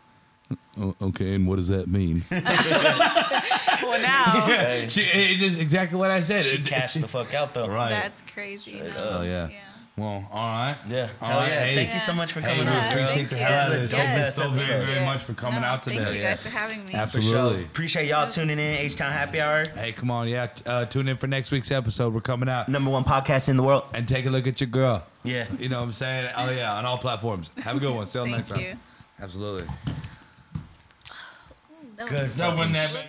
Speaker 2: "O- "Okay, and what does that mean?"
Speaker 3: well, now
Speaker 2: Yeah, she, it- it just exactly what I said.
Speaker 1: She
Speaker 2: It-
Speaker 1: cashed the fuck out though.
Speaker 2: Right.
Speaker 3: that's crazy. no.
Speaker 2: Oh yeah. Well, all right.
Speaker 1: Yeah.
Speaker 2: All
Speaker 1: Hell
Speaker 2: right.
Speaker 1: yeah.
Speaker 2: Hey,
Speaker 1: Thank you
Speaker 3: Yeah.
Speaker 1: so much for
Speaker 2: Hey,
Speaker 1: coming
Speaker 2: we
Speaker 1: out.
Speaker 3: on, bro.
Speaker 2: appreciate the
Speaker 3: Thank
Speaker 2: hell
Speaker 3: you.
Speaker 2: out of it. Thank
Speaker 3: Yes,
Speaker 2: you so
Speaker 1: absolutely.
Speaker 2: very, very much for coming
Speaker 3: No,
Speaker 2: out today.
Speaker 3: Thank you
Speaker 2: Yeah.
Speaker 3: guys for having
Speaker 1: For
Speaker 3: me.
Speaker 1: sure.
Speaker 2: Absolutely.
Speaker 1: Appreciate y'all tuning in. H Town Happy Hour,
Speaker 2: Hey, come on, yeah. t- Uh, tune in for next week's episode. We're coming out
Speaker 1: number one podcast in the world.
Speaker 2: and take a look at your girl.
Speaker 1: Yeah.
Speaker 2: You know what I'm saying? Oh yeah, on all platforms. Have a good one. See you
Speaker 3: Thank
Speaker 2: next time.
Speaker 3: you.
Speaker 2: Absolutely.
Speaker 3: That was
Speaker 1: Good.
Speaker 2: No, but never.